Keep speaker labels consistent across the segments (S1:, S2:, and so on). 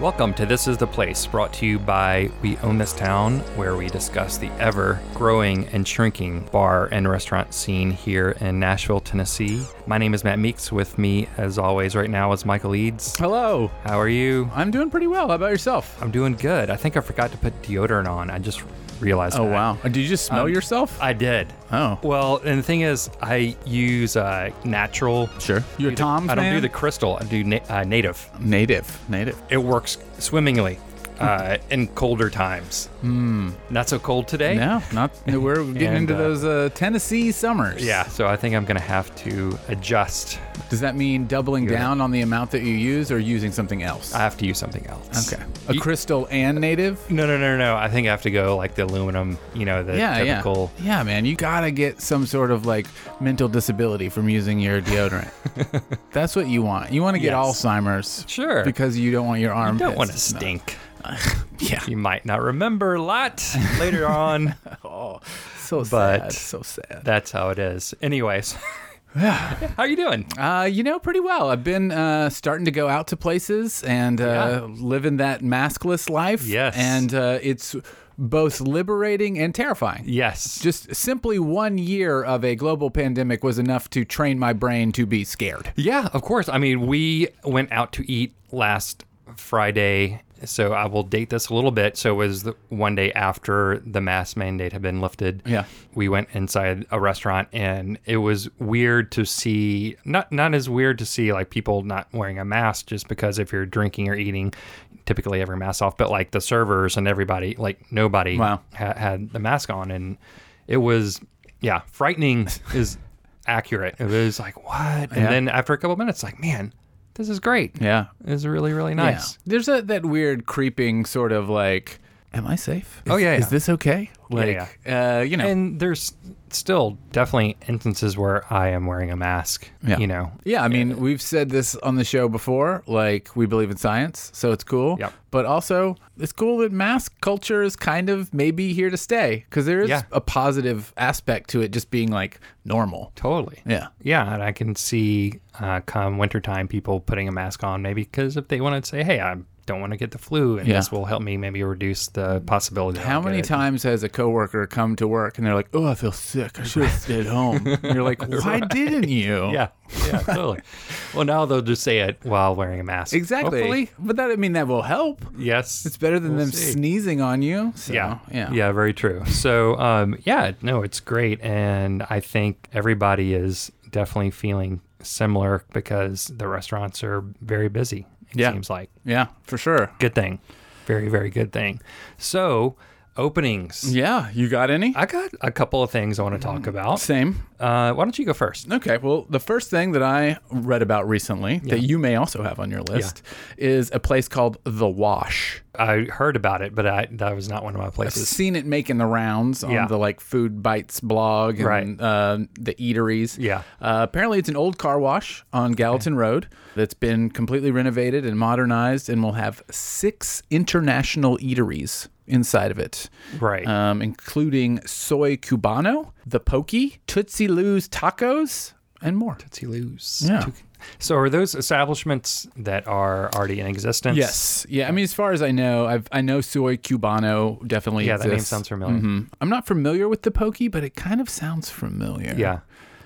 S1: Welcome to This Is the Place, brought to you by We Own This Town, where we discuss the ever growing and shrinking bar and restaurant scene here in Nashville, Tennessee. My name is Matt Meeks. With me, as always, right now is Michael Eads.
S2: Hello.
S1: How are you?
S2: I'm doing pretty well. How about yourself?
S1: I'm doing good. I think I forgot to put deodorant on. I just realized
S2: Oh
S1: that.
S2: wow. Did you just smell
S1: Um,
S2: yourself?
S1: I did.
S2: oh.
S1: Well, and the thing is, I use uh, natural.
S2: Sure. You're a Tom's
S1: I don't do
S2: man?
S1: the crystal. I do na- uh, native.
S2: Native. Native.
S1: It works swimmingly uh, in colder times. Mm. Not so cold today.
S2: Hmm. No, not we're getting
S1: And,
S2: into
S1: uh,
S2: those uh, Tennessee summers.
S1: Yeah. So I think I'm gonna have to adjust.
S2: Does that mean doubling
S1: You're-
S2: down on the amount that you use or using something else?
S1: I have to use something else.
S2: okay. A
S1: You-
S2: crystal and native?
S1: no, no, no, no. I think I have to go like the aluminum. You know, the
S2: Yeah,
S1: typical.
S2: yeah. Yeah, man. You gotta get some sort of like mental disability from using your deodorant. That's what you want. You want to get
S1: Yes.
S2: Alzheimer's.
S1: Sure.
S2: Because you don't want your arm.
S1: You don't want to stink.
S2: Yeah.
S1: You might not remember a lot later on.
S2: Oh, so
S1: But-
S2: sad. So sad.
S1: That's how it is. Anyways, how you doing?
S2: Uh, you know, pretty well. I've been uh, starting to go out to places and uh, living that maskless life.
S1: Yes.
S2: And uh, it's both liberating and terrifying.
S1: Yes.
S2: Just simply one year of a global pandemic was enough to train my brain to be scared.
S1: Yeah, of course. I mean, we went out to eat last Friday, so I will date this a little bit. So it was the one day after the mask mandate had been lifted.
S2: Yeah.
S1: We went inside a restaurant and it was weird to see not not as weird to see like people not wearing a mask just because if you're drinking or eating typically every mask off, but like the servers and everybody like nobody
S2: Wow.
S1: ha- had the mask on and it was yeah, frightening is accurate. It was like, what? And
S2: Yeah.
S1: then after a couple minutes, like, man, this is great.
S2: Yeah.
S1: It's really, really nice.
S2: Yeah. There's a, that weird creeping sort of like, am I safe? Is-
S1: Oh, yeah, yeah.
S2: Is this okay? Like, Uh, you know.
S1: And there's still definitely instances where I am wearing a mask,
S2: Yeah.
S1: you know.
S2: Yeah, I mean, we've said this on the show before. Like, we believe in science, so it's cool.
S1: Yep.
S2: But also, it's cool that mask culture is kind of maybe here to stay because there is
S1: Yeah.
S2: a positive aspect to it just being like normal.
S1: Totally.
S2: Yeah.
S1: Yeah, and I can see uh, come wintertime people putting a mask on maybe because if they want to say, hey, I don't want to get the flu, and
S2: Yeah.
S1: this will help me maybe reduce the possibility. that
S2: How
S1: I'll get
S2: many
S1: it.
S2: times has a coworker come to work and they're like, "Oh, I feel sick. I should have stayed home." And you're like, "Why didn't you?"
S1: Yeah, yeah, totally. well, now they'll just say it while wearing a mask.
S2: exactly.
S1: Hopefully.
S2: But that I mean, that will help.
S1: Yes.
S2: It's better than
S1: We'll
S2: them
S1: see.
S2: sneezing on you. So,
S1: yeah
S2: yeah,
S1: very true so um yeah no it's great and i think everybody is definitely feeling similar because the restaurants are very busy it
S2: Yeah.
S1: seems like
S2: yeah, for sure.
S1: good thing very very good thing so openings
S2: Yeah, Mm. you got any?
S1: i got a couple of things i want to talk about
S2: Same.
S1: uh why don't you go first
S2: Okay, well, the first thing that I read about recently that you may also have on your list is a place called The Wash.
S1: i heard about it but i that was not one of my
S2: I've
S1: places
S2: seen it making the rounds on
S1: Yeah.
S2: the like Food Bites blog and
S1: Right.
S2: uh, the eateries.
S1: Yeah.
S2: Uh, apparently, it's an old car wash on Gallatin Road that's been completely renovated and modernized, and will have six international eateries inside of it.
S1: right
S2: um, including Soy Cubano, The Pokey, Tootsie Lou's Tacos, and more.
S1: Tootsie Lou's.
S2: Yeah.
S1: Toot- So, are those establishments that are already in existence?
S2: Yes. Yeah. I mean, as far as I know, I've, I know Soy Cubano definitely
S1: Yeah, that
S2: exists.
S1: name sounds familiar.
S2: Mhm. I'm not familiar with the pokey, but it kind of sounds familiar.
S1: Yeah.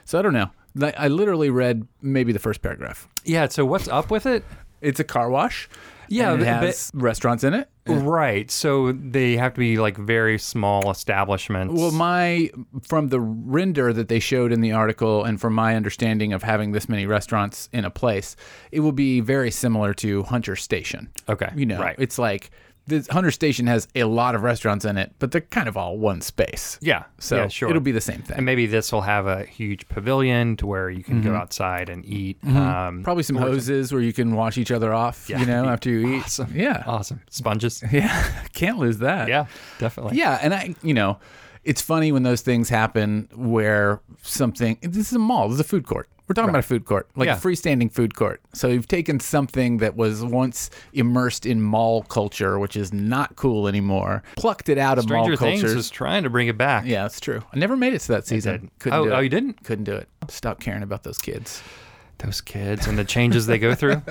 S2: So I don't know. Like, I literally read maybe the first paragraph.
S1: Yeah. So what's up with it?
S2: It's a car wash.
S1: Yeah,
S2: and it
S1: but-
S2: has restaurants in it.
S1: Right. So they have to be like very small establishments.
S2: Well, my from the render that they showed in the article, and from my understanding of having this many restaurants in a place, it will be very similar to Hunter Station.
S1: Okay,
S2: you know,
S1: right.
S2: it's like this Hunter Station has a lot of restaurants in it, but they're kind of all one space.
S1: yeah.
S2: so
S1: yeah, sure.
S2: it'll be the same thing.
S1: and maybe this will have a huge pavilion to where you can
S2: Mm-hmm.
S1: go outside and eat. Um,
S2: Probably some hoses where you can wash each other off. You know, after you eat.
S1: Awesome.
S2: Yeah,
S1: Awesome. Sponges.
S2: yeah, can't lose that.
S1: yeah. Definitely.
S2: Yeah, and I, you know, it's funny when those things happen where something. This is a mall. This is a food court. We're talking about a food court, like
S1: Yeah.
S2: a freestanding food court. So you've taken something that was once immersed in mall culture, which is not cool anymore, plucked it out of
S1: Stranger
S2: mall
S1: Things
S2: culture.
S1: is trying to bring it back.
S2: yeah, that's true. I never made it to that season.
S1: didn't.
S2: Couldn't
S1: Oh,
S2: do it.
S1: oh, you didn't?
S2: Couldn't do it. Stop caring about those kids.
S1: Those kids and the changes they go through.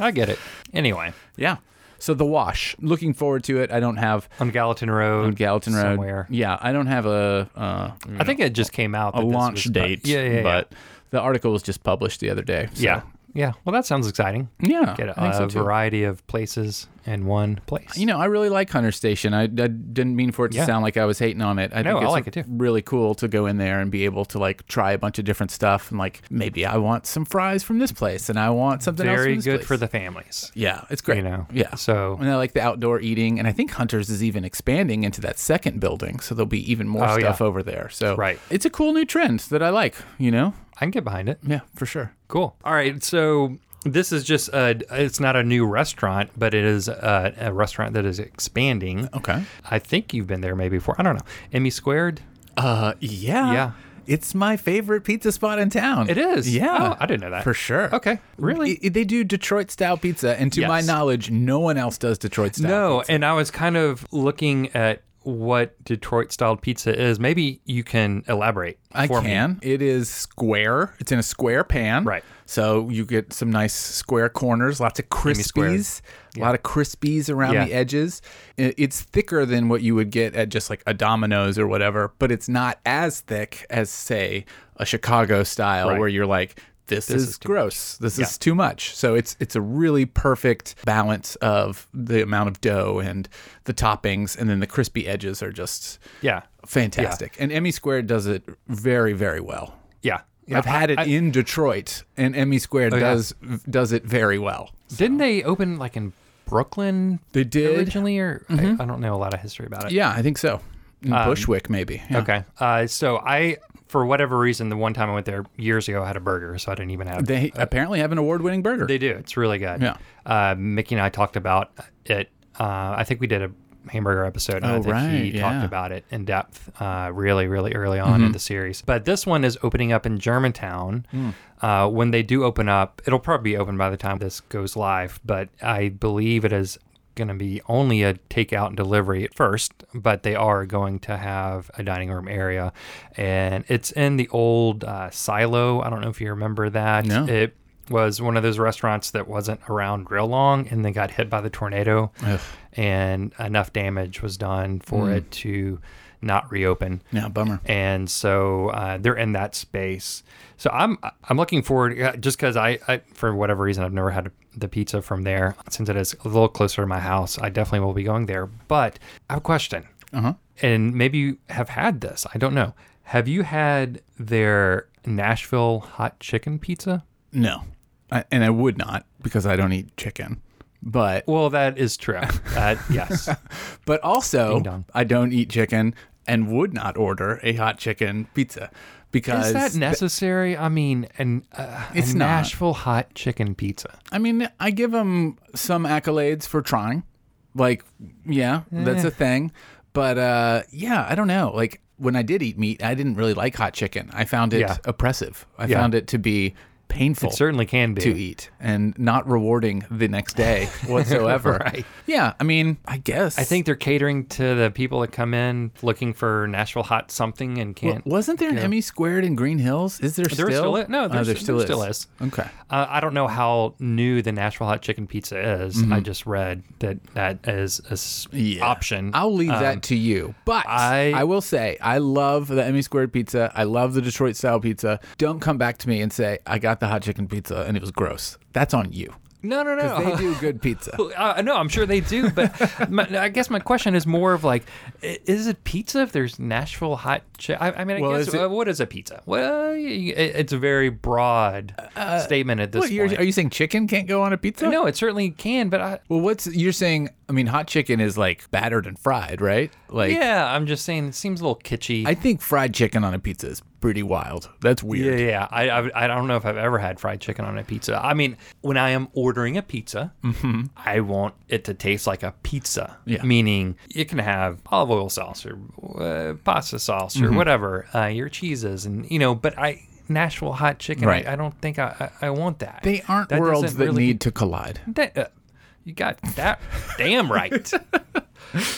S1: I get it. Anyway.
S2: Yeah. So the wash. Looking forward to it. I don't have
S1: on Gallatin Road.
S2: on Gallatin Road.
S1: somewhere.
S2: Yeah, I don't have a uh,
S1: I think it just came out.
S2: a
S1: that this
S2: launch
S1: was-
S2: date.
S1: Yeah, yeah, yeah.
S2: But the article was just published the other day. so-
S1: yeah, yeah. Well, that sounds exciting.
S2: yeah.
S1: Get
S2: I think
S1: a,
S2: so, too.
S1: variety of places in one place.
S2: You know, I really like Hunter Station. I, I didn't mean for it to
S1: Yeah.
S2: sound like I was hating on it. I
S1: No,
S2: think
S1: I
S2: it's
S1: like it too.
S2: really cool to go in there and be able to like try a bunch of different stuff and like maybe I want some fries from this place and I want something else.
S1: very
S2: from this
S1: good
S2: place.
S1: for the families.
S2: Yeah, it's great.
S1: You know.
S2: Yeah.
S1: So
S2: And I like the outdoor eating, and I think Hunters is even expanding into that second building, so there'll be even more
S1: Oh,
S2: stuff
S1: yeah.
S2: over there. So
S1: Right.
S2: it's a cool new trend that I like. You know,
S1: I can get behind it.
S2: yeah, for sure.
S1: Cool. All right. So this is just a. It's not a new restaurant, but it is a, a restaurant that is expanding.
S2: Okay.
S1: I think you've been there maybe before. I don't know. Emmy squared.
S2: Uh, yeah,
S1: Yeah.
S2: It's my favorite pizza spot in town.
S1: It is.
S2: Yeah,
S1: Oh, I didn't know that.
S2: for sure.
S1: Okay. Really?
S2: I- they do Detroit style pizza, and to my
S1: Yes.
S2: knowledge, no one else does Detroit style.
S1: No,
S2: pizza.
S1: and I was kind of looking at what Detroit styled pizza is. Maybe you can elaborate.
S2: I
S1: for Me.
S2: can. It is square. It's in a square pan.
S1: Right.
S2: So you get some nice square corners, lots of
S1: squared.
S2: crispies, a lot of crispies around
S1: Yeah.
S2: the edges. I- It's thicker than what you would get at just like a Domino's or whatever, but it's not as thick as say a Chicago style
S1: Right.
S2: where you're like this, is,
S1: is too
S2: gross. This is too much. So it's it's a really perfect balance of the amount of dough and the toppings and then the crispy edges are just
S1: Yeah.
S2: fantastic. And Emmy Squared does it very, very well.
S1: Yeah. Yeah.
S2: I've had it
S1: I- Oh,
S2: in Detroit, and Emmy Squared
S1: yeah.
S2: does does it very well.
S1: Didn't they open like in Brooklyn
S2: They did, Mm-hmm.
S1: originally, or I, I don't know a lot of history about it.
S2: yeah, I think so. In Bushwick, maybe. Yeah.
S1: Um, Okay. Uh, so I, for whatever reason, the one time I went there years ago, I had a burger, so I didn't even have.
S2: They apparently have an award-winning burger.
S1: They do. It's really good.
S2: Yeah.
S1: Uh, Mickey and I talked about it. Uh, I think we did a hamburger episode. And I
S2: Oh,
S1: think he
S2: right, yeah. Mm-hmm.
S1: talked about it in depth uh, really, really early on in the series. But this one is opening up in Germantown.
S2: Hmm.
S1: Uh, when they do open up, it'll probably be open by the time this goes live, but I believe it is going to be only a takeout and delivery at first, but they are going to have a dining room area. And it's in the old uh, silo. I don't know if you remember that.
S2: No.
S1: It was one of those restaurants that wasn't around real long and then got hit by the tornado
S2: Ugh. Mm.
S1: and enough damage was done for it to not reopen
S2: Yeah, bummer.
S1: and so uh, they're in that space. So I'm I'm looking forward uh, just because I, I for whatever reason I've never had the pizza from there since it is a little closer to my house. I definitely will be going there. But I have a question,
S2: Uh-huh.
S1: and maybe you have had this. I don't know. Have you had their Nashville hot chicken pizza?
S2: No, I, and I would not because I don't eat chicken. But
S1: Well, that is true. Uh, yes.
S2: but also
S1: dong.
S2: I don't eat chicken and would not order a hot chicken pizza because
S1: Is that necessary? I mean, an uh,
S2: It's
S1: a
S2: not.
S1: Nashville hot chicken pizza.
S2: I mean, I give them some accolades for trying. Like, yeah, that's a thing. But uh, yeah, I don't know. Like when I did eat meat, I didn't really like hot chicken. I found it
S1: Yeah.
S2: oppressive. I
S1: Yeah.
S2: found it to be painful
S1: Certainly can be.
S2: to eat and not rewarding the next day whatsoever.
S1: Right.
S2: Yeah, I mean, I guess.
S1: I think they're catering to the people that come in looking for Nashville hot something and can't.
S2: wasn't there an Emmy squared in Green Hills? Is there still?
S1: There still is- no,
S2: Oh,
S1: there's-
S2: there still
S1: there
S2: is.
S1: still is.
S2: Okay.
S1: Uh, I don't know how new the Nashville hot chicken pizza is. I just read that that is an
S2: Mm-hmm. Yeah.
S1: option.
S2: I'll leave
S1: Uh,
S2: that to you. But Um, I,
S1: I-
S2: will say, I love the Emmy Squared pizza. I love the Detroit style pizza. Don't come back to me and say, I got the hot chicken pizza and it was gross. That's on you.
S1: no, no, no.
S2: They do good pizza.
S1: Uh, no, I'm sure they do, but my, I guess my question is more of like, i- is it pizza if there's Nashville hot? Chi- I, I mean, I
S2: Well,
S1: guess
S2: is it-
S1: uh, what is a pizza? Well, y- y- it, it's a very broad statement at this
S2: What, Uh, you're,
S1: point.
S2: are you saying chicken can't go on a pizza?
S1: no, it certainly can, but I,
S2: Well, what's you're saying? I mean, hot chicken is like battered and fried, right? Like,
S1: yeah, I'm just saying it seems a little kitschy.
S2: I think fried chicken on a pizza is pretty wild. That's
S1: Yeah,
S2: weird.
S1: yeah. yeah. I, I I don't know if I've ever had fried chicken on a pizza. I mean, when I am ordering a pizza, I want it to taste like a pizza.
S2: Mm-hmm. Yeah.
S1: Meaning, you can have olive oil sauce or uh, pasta sauce
S2: Mm-hmm.
S1: or whatever uh, your cheeses, and you know. But I Nashville hot chicken.
S2: Right.
S1: I, I don't think I I, I want that.
S2: They aren't
S1: That
S2: worlds
S1: doesn't
S2: that
S1: really-
S2: need to collide.
S1: that, uh, you got that damn right.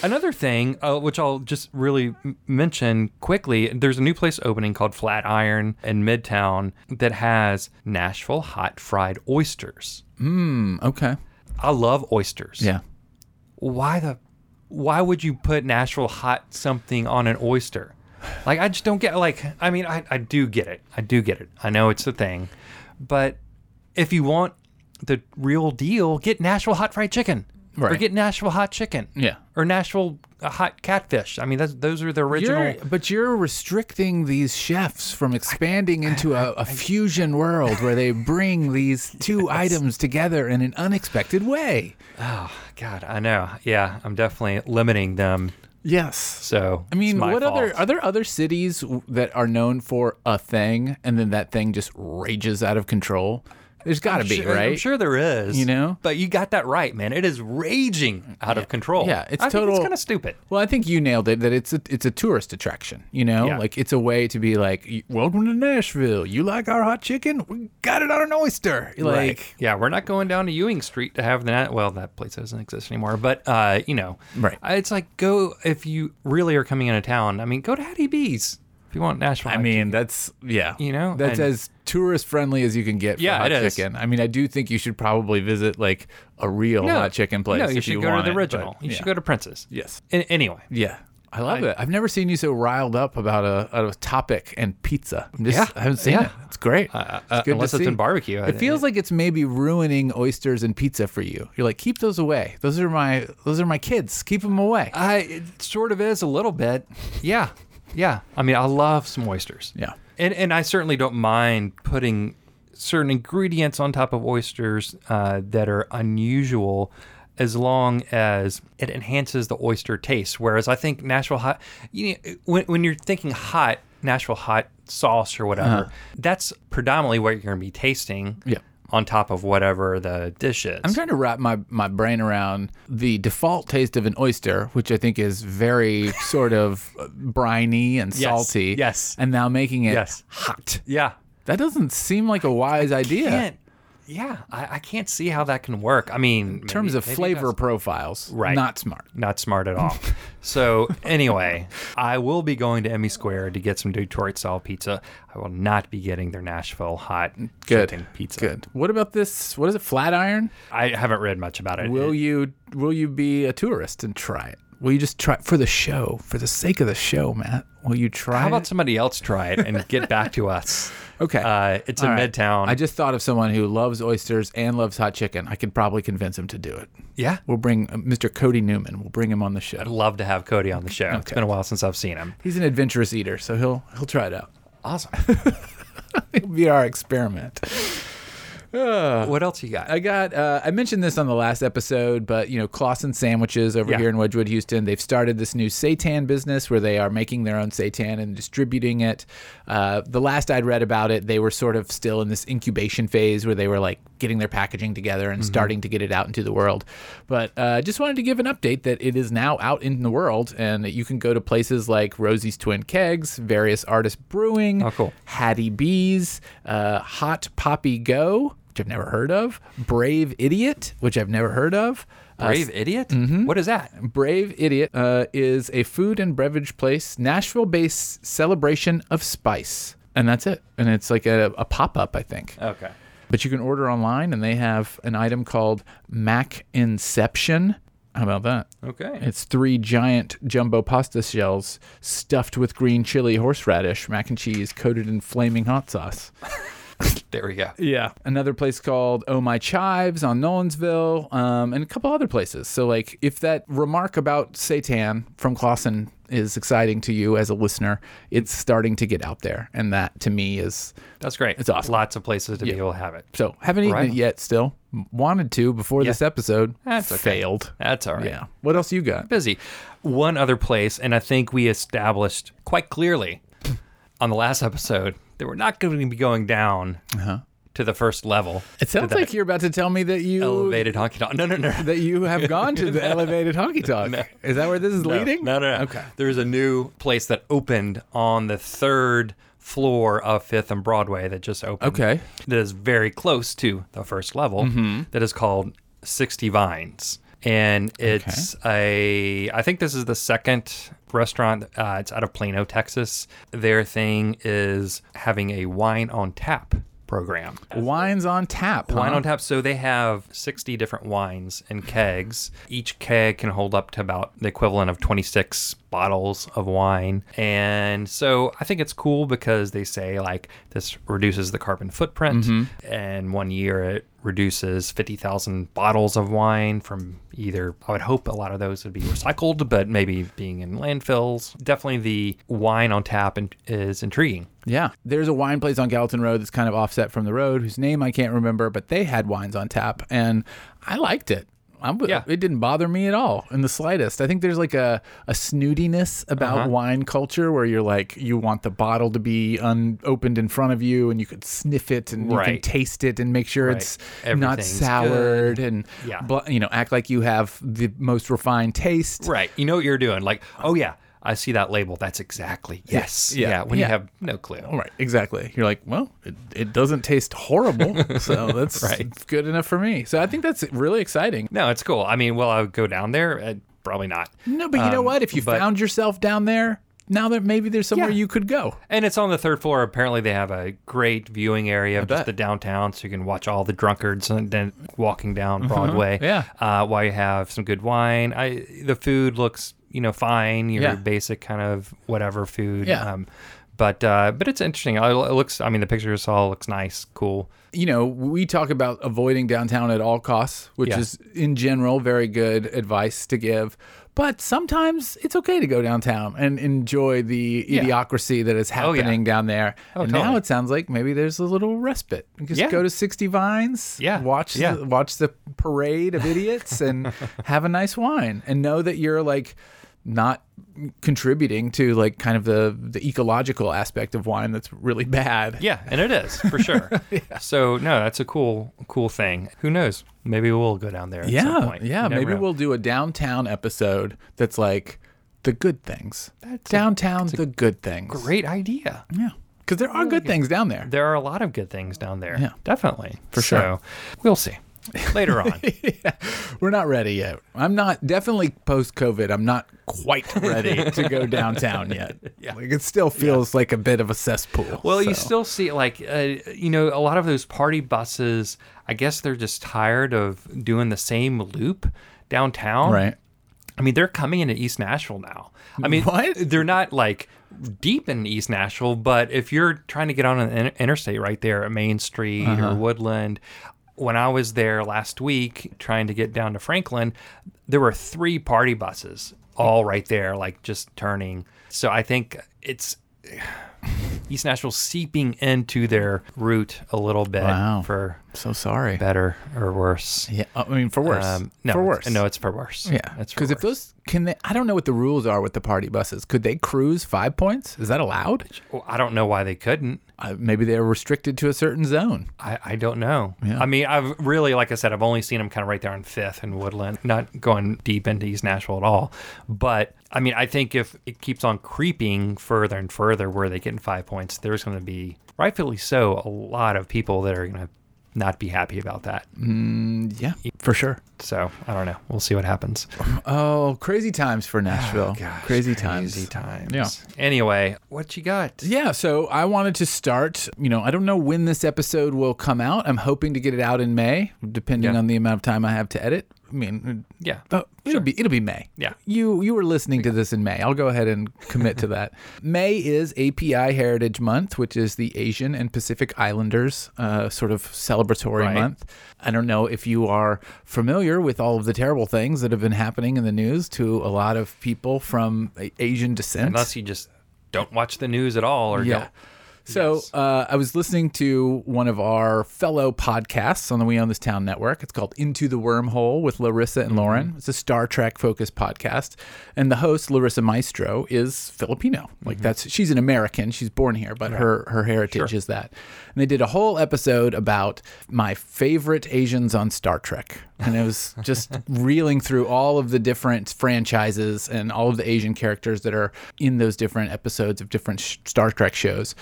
S1: Another thing, uh, which I'll just really m- mention quickly, there's a new place opening called Flatiron in Midtown that has Nashville hot fried oysters.
S2: Mm, okay.
S1: I love oysters.
S2: Yeah.
S1: why the why would you put Nashville hot something on an oyster? Like I just don't get like I mean I, I do get it. I do get it. I know it's a thing. But if you want the real deal, get Nashville hot fried chicken. Or
S2: Right.
S1: get Nashville hot chicken.
S2: Yeah.
S1: Or Nashville uh, hot catfish. I mean that's, those are the original
S2: You're, but you're restricting these chefs from expanding into a, a fusion world where they bring these two items together in an unexpected way.
S1: God, I know. Yeah, I'm definitely limiting them.
S2: Yes.
S1: So
S2: I mean, what other are there other cities w- that are known for a thing and then that thing just rages out of control? There's got to be, right?
S1: I'm sure there is.
S2: You know?
S1: but you got that right, man. It is raging out of control.
S2: Yeah, it's
S1: I think
S2: total-
S1: it's kind of stupid.
S2: Well, I think you nailed it. That it's a it's a tourist attraction. You know,
S1: Yeah.
S2: like it's a way to be like, "Y- welcome to Nashville. You like our hot chicken? We got it on an oyster. Like,
S1: yeah, we're not going down to Ewing Street to have that. Well, that place doesn't exist anymore. But uh, you know,
S2: Right.
S1: It's like go if you really are coming into town. I mean, go to Hattie B's if you want Nashville.
S2: I mean, that's yeah.
S1: You know,
S2: that's
S1: and-
S2: as tourist friendly as you can get.
S1: Yeah,
S2: for hot
S1: it is.
S2: chicken. I mean, I do think you should probably visit like a real hot chicken place.
S1: No, you
S2: if
S1: should
S2: you
S1: go
S2: want
S1: to
S2: it,
S1: the
S2: but-
S1: original. you
S2: yeah.
S1: should go to Prince's.
S2: Yes.
S1: An- anyway,
S2: Yeah. I love it. I've never seen you so riled up about a, a topic and pizza. I'm just,
S1: Yeah.
S2: I haven't seen
S1: Yeah.
S2: it. It's great.
S1: uh,
S2: it's good
S1: unless
S2: to
S1: it's
S2: see.
S1: in barbecue, I-
S2: It feels like it's maybe ruining oysters and pizza for you. You're like, keep those away. Those are my those are my kids. Keep them away.
S1: I it sort of is a little bit. Yeah, yeah. I mean, I love some oysters.
S2: yeah.
S1: And and I certainly don't mind putting certain ingredients on top of oysters uh, that are unusual, as long as it enhances the oyster taste. Whereas I think Nashville hot, you know, when when you're thinking hot Nashville hot sauce or whatever, that's predominantly what you're going to be tasting.
S2: Uh-huh. Yeah.
S1: On top of whatever the dish is.
S2: I'm trying to wrap my, my brain around the default taste of an oyster, which I think is very sort of uh, briny and salty.
S1: yes.
S2: And now making it
S1: Yes.
S2: hot.
S1: yeah.
S2: That doesn't seem like a wise idea.
S1: can't- yeah, I, I can't see how that can work. I mean,
S2: in terms of flavor profiles,
S1: Right.
S2: Not smart.
S1: not smart at all. so anyway, I will be going to Emmy Square to get some Detroit style pizza. I will not be getting their Nashville hot
S2: Good
S1: chicken pizza.
S2: Good. What about this? What is it? Flatiron?
S1: I haven't read much about it.
S2: Will
S1: It-
S2: you will you be a tourist and try it? Will you just try it for the show, for the sake of the show, Matt? Will you try?
S1: how about somebody else try it and get back to us?
S2: Okay.
S1: Uh, it's in
S2: All right.
S1: Midtown.
S2: I just thought of someone who loves oysters and loves hot chicken. I could probably convince him to do it.
S1: yeah.
S2: We'll bring uh, Mr. Cody Newman. We'll bring him on the show.
S1: Love to have Cody on the show. It's
S2: Okay.
S1: been a while since I've seen him.
S2: He's an adventurous eater, so he'll he'll try it out.
S1: Awesome.
S2: It'll be our experiment.
S1: what else you got?
S2: Uh, I got. Uh, I mentioned this on the last episode, but you know, Clausen sandwiches over
S1: Yeah.
S2: here in Wedgwood, Houston. They've started this new seitan business where they are making their own seitan and distributing it. Uh, the last I'd read about it, they were sort of still in this incubation phase where they were like getting their packaging together
S1: Mm-hmm.
S2: and starting to get it out into the world. But uh, just wanted to give an update that it is now out in the world, and you can go to places like Rosie's Twin Kegs, various artist brewing,
S1: Oh, cool.
S2: Hattie B's, uh, Hot Poppy Go, which I've never heard of, Brave Idiot, which I've never heard of. Uh,
S1: Brave idiot. What is that?
S2: Brave Idiot uh, is a food and beverage place, Nashville based celebration of spice. And that's it. And it's like a, a pop up, I think.
S1: Okay.
S2: But you can order online, and they have an item called Mac Inception. How about that?
S1: Okay.
S2: It's three giant jumbo pasta shells stuffed with green chili, horseradish, mac and cheese coated in flaming hot sauce.
S1: There we go.
S2: Yeah. Another place called Oh My Chives on Nolansville, um, and a couple other places. So, like, if that remark about Satan from Clausen is exciting to you as a listener, it's starting to get out there. And that to me is
S1: That's great.
S2: It's awesome.
S1: Lots of places to be able to have it.
S2: so. Haven't eaten
S1: Right
S2: it
S1: on.
S2: yet still. M- Wanted to before this episode.
S1: That's okay.
S2: failed.
S1: That's all right.
S2: Yeah. What else you got?
S1: busy. One other place, and I think we established quite clearly on the last episode that we're not going to be going down to the first level.
S2: Uh-huh. It sounds like you're about to tell me that you
S1: Elevated honky tonk. No, no, no.
S2: that you have gone to the elevated honky tonk. Is that where this is leading?
S1: No, no, no.
S2: Okay.
S1: There's a new place that opened on the third floor of Fifth and Broadway that just opened.
S2: Okay.
S1: That is very close to the first level. that is called 60 Vines. And it's a, I think this is the second restaurant. Uh, it's out of Plano, Texas. Their thing is having a wine on tap program.
S2: Wines on tap.
S1: Wine
S2: huh?
S1: on tap. So they have 60 different wines in kegs. Each keg can hold up to about the equivalent of 26 bottles of wine. And so I think it's cool because they say like this reduces the carbon footprint. And one year it reduces 50,000 bottles of wine from either, I would hope a lot of those would be recycled, but maybe being in landfills. Definitely the wine on tap in- is intriguing.
S2: Yeah. There's a wine place on Gallatin Road that's kind of offset from the road, whose name I can't remember, but they had wines on tap and I liked it. I w-
S1: Yeah.
S2: It didn't bother me at all in the slightest. I think there's like a, a snootiness about
S1: Uh-huh.
S2: wine culture where you're like, you want the bottle to be unopened in front of you and you could sniff it and you can
S1: Right.
S2: taste it and make sure it's not
S1: Everything's
S2: soured and,
S1: Yeah.
S2: bl- you know, act like you have the most refined taste.
S1: Right. You know what you're doing. Like, oh yeah, I see that label. That's exactly. Yes.
S2: Yeah.
S1: Yeah. when
S2: Yeah.
S1: you have no clue.
S2: All right, exactly. You're like, well, it, it doesn't taste horrible, so that's
S1: Right.
S2: good enough for me. So I think that's really exciting.
S1: No, it's cool. I mean, will I go down there? Uh, probably not.
S2: No, but you know
S1: Um,
S2: what? If you
S1: but-
S2: found yourself down there, now that maybe there's somewhere
S1: Yeah.
S2: you could go.
S1: And it's on the third floor. Apparently, they have a great viewing area of just
S2: bet.
S1: the downtown, so you can watch all the drunkards and then walking down Broadway.
S2: Mm-hmm. Yeah.
S1: Uh, while you have some good wine, I the food looks you know fine. Your
S2: Yeah.
S1: basic kind of whatever food.
S2: Yeah.
S1: Um, but uh, but it's interesting. I- It looks. I mean, the picture I saw looks nice, cool.
S2: You know, we talk about avoiding downtown at all costs, which
S1: Yeah.
S2: is in general very good advice to give. But sometimes it's okay to go downtown and enjoy the idiocracy that is
S1: Oh, yeah. Oh,
S2: happening down there. and now
S1: totally.
S2: it sounds like maybe there's a little respite. Just
S1: Yeah.
S2: go to 60 Vines,
S1: Yeah.
S2: watch
S1: Yeah.
S2: The, watch the parade of idiots and have a nice wine and know that you're like not contributing to like kind of the the ecological aspect of wine that's really bad.
S1: Yeah, and it is for sure. So no, that's a cool, cool thing. Who knows? Maybe we'll go down there. At
S2: Yeah,
S1: some point.
S2: yeah.
S1: You never
S2: Maybe
S1: know.
S2: we'll do a downtown episode that's like the good things.
S1: That's a-
S2: downtown, the good things.
S1: Great idea.
S2: Yeah, because there are good things down there.
S1: There are a lot of good things down there.
S2: Yeah.
S1: definitely for
S2: sure.
S1: we'll see later on.
S2: We're not ready yet. I'm not definitely post COVID. I'm not quite ready to go downtown yet.
S1: Yeah.
S2: Like it still feels like a bit of a cesspool.
S1: Well, you
S2: so.
S1: still see like uh, you know a lot of those party buses. I guess they're just tired of doing the same loop downtown.
S2: right.
S1: I mean, they're coming into East Nashville now. I mean,
S2: What?
S1: they're not like deep in East Nashville, but if you're trying to get on an in- interstate right there at Main Street
S2: Uh-huh.
S1: or Woodland, when I was there last week trying to get down to Franklin, there were three party buses all right there, like just turning. So I think it's East Nashville seeping into their route a little bit
S2: Wow.
S1: for
S2: So sorry.
S1: better or worse.
S2: Yeah. I mean, for worse.
S1: Um, no,
S2: for
S1: it's-
S2: worse.
S1: No, it's for worse.
S2: Yeah,
S1: it's for
S2: because if
S1: worse.
S2: those can they, I don't know what the rules are with the party buses. Could they cruise five points? Is that allowed?
S1: Well, I don't know why they couldn't.
S2: Uh, maybe they're restricted to a certain zone.
S1: I, I don't know.
S2: Yeah.
S1: I mean, I've really, like I said, I've only seen them kind of right there on Fifth and Woodland, not going deep into East Nashville at all. But I mean, I think if it keeps on creeping further and further where they get in five points, there's going to be, rightfully so, a lot of people that are going to not be happy about that.
S2: Yeah, for sure.
S1: So I don't know. We'll see what happens.
S2: Oh, crazy times for Nashville. Oh, crazy times.
S1: Crazy times.
S2: Yeah.
S1: Anyway, what you got?
S2: Yeah, so I wanted to start. You know, I don't know when this episode will come out. I'm hoping to get it out in May, depending
S1: Yeah.
S2: on the amount of time I have to edit. I mean,
S1: Yeah.
S2: uh, it'll be it'll be May.
S1: Yeah.
S2: you you were listening to this in May. I'll go ahead and commit to that. May is API Heritage Month, which is the Asian and Pacific Islanders uh, sort of celebratory
S1: Right.
S2: month. I don't know if you are familiar with all of the terrible things that have been happening in the news to a lot of people from uh, Asian descent.
S1: Unless you just don't watch the news at all or
S2: Yeah.
S1: don't.
S2: So uh, I was listening to one of our fellow podcasts on the We Own This Town network. It's called Into the Wormhole with Larissa and Lauren. It's a Star Trek focused podcast, and the host Larissa Maestro is Filipino. Like that's she's an American. She's born here, but her her heritage is that. And they did a whole episode about my favorite Asians on Star Trek, and it was just reeling through all of the different franchises and all of the Asian characters that are in those different episodes of different sh- Star Trek shows.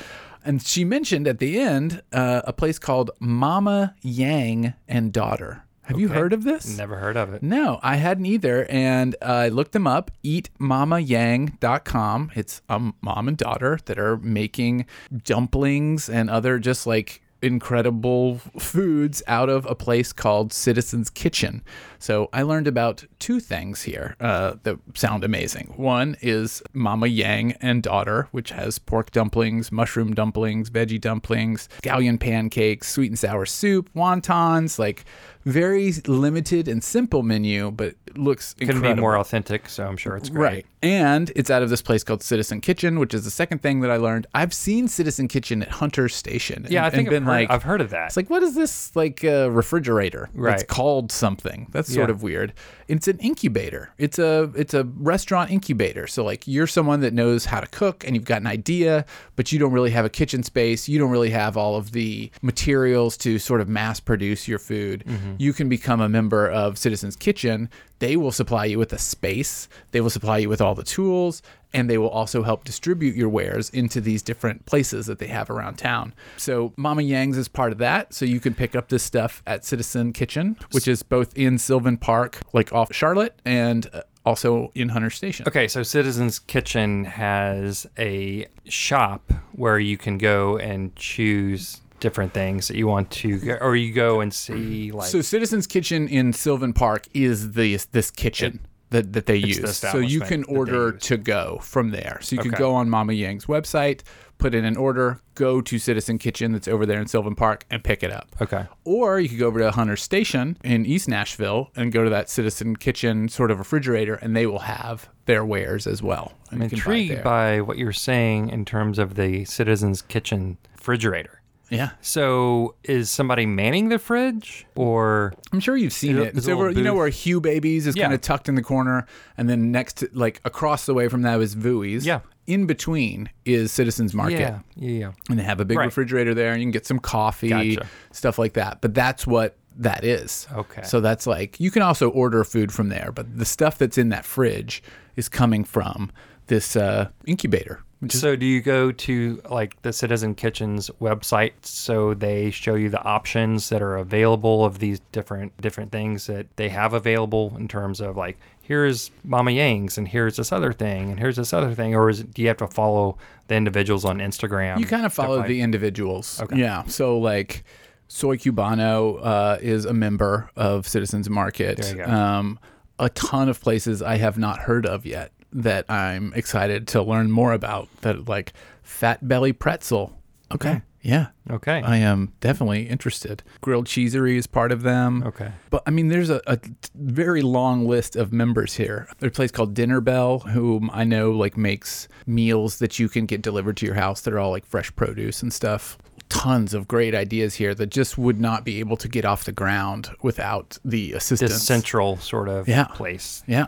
S2: And she mentioned at the end uh, a place called Mama Yang and Daughter. Have you
S1: Okay.
S2: heard of this?
S1: Never heard of it.
S2: No, I hadn't either. And uh, I looked them up, eatmamayang.com. It's a mom and daughter that are making dumplings and other just like incredible foods out of a place called Citizen's Kitchen. So I learned about two things here uh, that sound amazing. One is Mama Yang and Daughter, which has pork dumplings, mushroom dumplings, veggie dumplings, scallion pancakes, sweet and sour soup, wontons, like very limited and simple menu, but it looks
S1: Couldn't
S2: incredible.
S1: be more authentic, so I'm sure it's great.
S2: Right. And it's out of this place called Citizen Kitchen, which is the second thing that I learned. I've seen Citizen Kitchen at Hunter Station.
S1: Yeah, I
S2: and-
S1: think
S2: and
S1: I've,
S2: been
S1: heard,
S2: like
S1: I've heard of that.
S2: It's like what is this like uh, refrigerator? It's
S1: Right.
S2: called something. That's sort
S1: Yeah.
S2: of weird. It's an incubator. It's a it's a restaurant incubator. So like you're someone that knows how to cook and you've got an idea, but you don't really have a kitchen space. You don't really have all of the materials to sort of mass produce your food.
S1: Mm-hmm.
S2: You can become a member of Citizens Kitchen. They will supply you with a space. They will supply you with all the tools and they will also help distribute your wares into these different places that they have around town. So Mama Yang's is part of that. So you can pick up this stuff at Citizen Kitchen, which is both in Sylvan Park, like off Charlotte, and uh, also in Hunter Station.
S1: Okay, so Citizens Kitchen has a shop where you can go and choose different things that you want to, go, or you go and see like
S2: So Citizens Kitchen in Sylvan Park is the this kitchen. that, that they
S1: the
S2: use. So you
S1: establishment
S2: can
S1: that they
S2: order
S1: use.
S2: to go from there. So you could
S1: Okay.
S2: go on Mama Yang's website, put in an order, go to Citizen Kitchen that's over there in Sylvan Park and pick it up.
S1: okay,
S2: Or you could go over to Hunter Station in East Nashville and go to that Citizen Kitchen sort of refrigerator, and they will have their wares as well.
S1: I'm
S2: And you can buy
S1: intrigued
S2: there.
S1: by what you're saying in terms of the Citizens Kitchen refrigerator.
S2: yeah,
S1: So is somebody manning the fridge, or
S2: I'm sure you've seen
S1: There's a-
S2: it.
S1: there's a
S2: So where-
S1: little
S2: you know
S1: booth.
S2: where Hugh Babies is
S1: Yeah.
S2: kind of tucked in the corner, and then next, to, like across the way from that is Vui's.
S1: Yeah.
S2: In between is Citizens Market.
S1: yeah, yeah, yeah.
S2: and they have a big
S1: Right.
S2: refrigerator there and you can get some coffee
S1: Gotcha.
S2: stuff like that but that's what that is
S1: Okay.
S2: so that's like you can also order food from there but the stuff that's in that fridge is coming from this uh, incubator which is
S1: So do you go to like the Citizen Kitchen's website so they show you the options that are available of these different different things that they have available in terms of like here's Mama Yang's and here's this other thing and here's this other thing or is it, do you have to follow the individuals on Instagram?
S2: you kind of follow
S1: like-
S2: the individuals yeah so like soy cubano uh, is a member of citizens market
S1: There you go.
S2: um, a ton of places i have not heard of yet that i'm excited to learn more about that like fat belly pretzel okay. yeah
S1: Okay.
S2: I am definitely interested. Grilled cheesery is part of them.
S1: Okay.
S2: But I mean, there's a, a t- very long list of members here. There's a place called Dinner Bell, whom I know like makes meals that you can get delivered to your house that are all like fresh produce and stuff. Tons of great ideas here that just would not be able to get off the ground without the assistance.
S1: this central sort of
S2: Yeah.
S1: place.
S2: Yeah.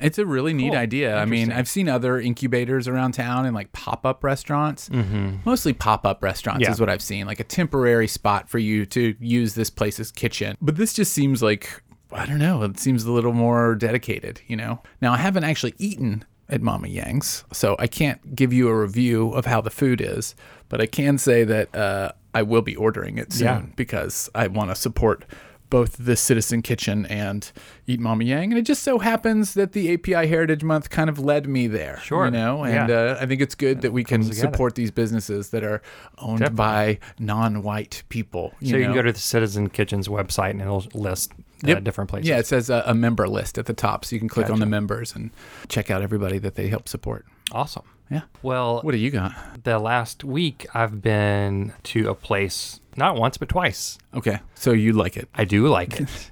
S2: It's a really neat
S1: Cool.
S2: idea. I mean,
S1: Interesting.
S2: I've seen other incubators around town and like pop up restaurants.
S1: Mm-hmm.
S2: Mostly pop up restaurants
S1: Yeah.
S2: is what I've seen, like a temporary spot for you to use this place's kitchen. But this just seems like, I don't know, it seems a little more dedicated, you know? Now, I haven't actually eaten at Mama Yang's, so I can't give you a review of how the food is, but I can say that uh, I will be ordering it soon
S1: Yeah.
S2: because I want to support both the Citizen Kitchen and Eat Mama Yang. And it just so happens that the API Heritage Month kind of led me there.
S1: Sure.
S2: You know, and
S1: Yeah.
S2: uh, I think it's good that we can
S1: together.
S2: support these businesses that are owned
S1: Definitely.
S2: by non white people. You
S1: So you can
S2: know?
S1: go to the Citizen Kitchen's website and it'll list uh,
S2: Yep.
S1: different places.
S2: Yeah, it says a, a member list at the top. So you can click on the members and check out everybody that they help support.
S1: Awesome.
S2: Yeah.
S1: Well,
S2: What do you got?
S1: the last week I've been to a place not once but twice.
S2: Okay. So you like it.
S1: I do like it.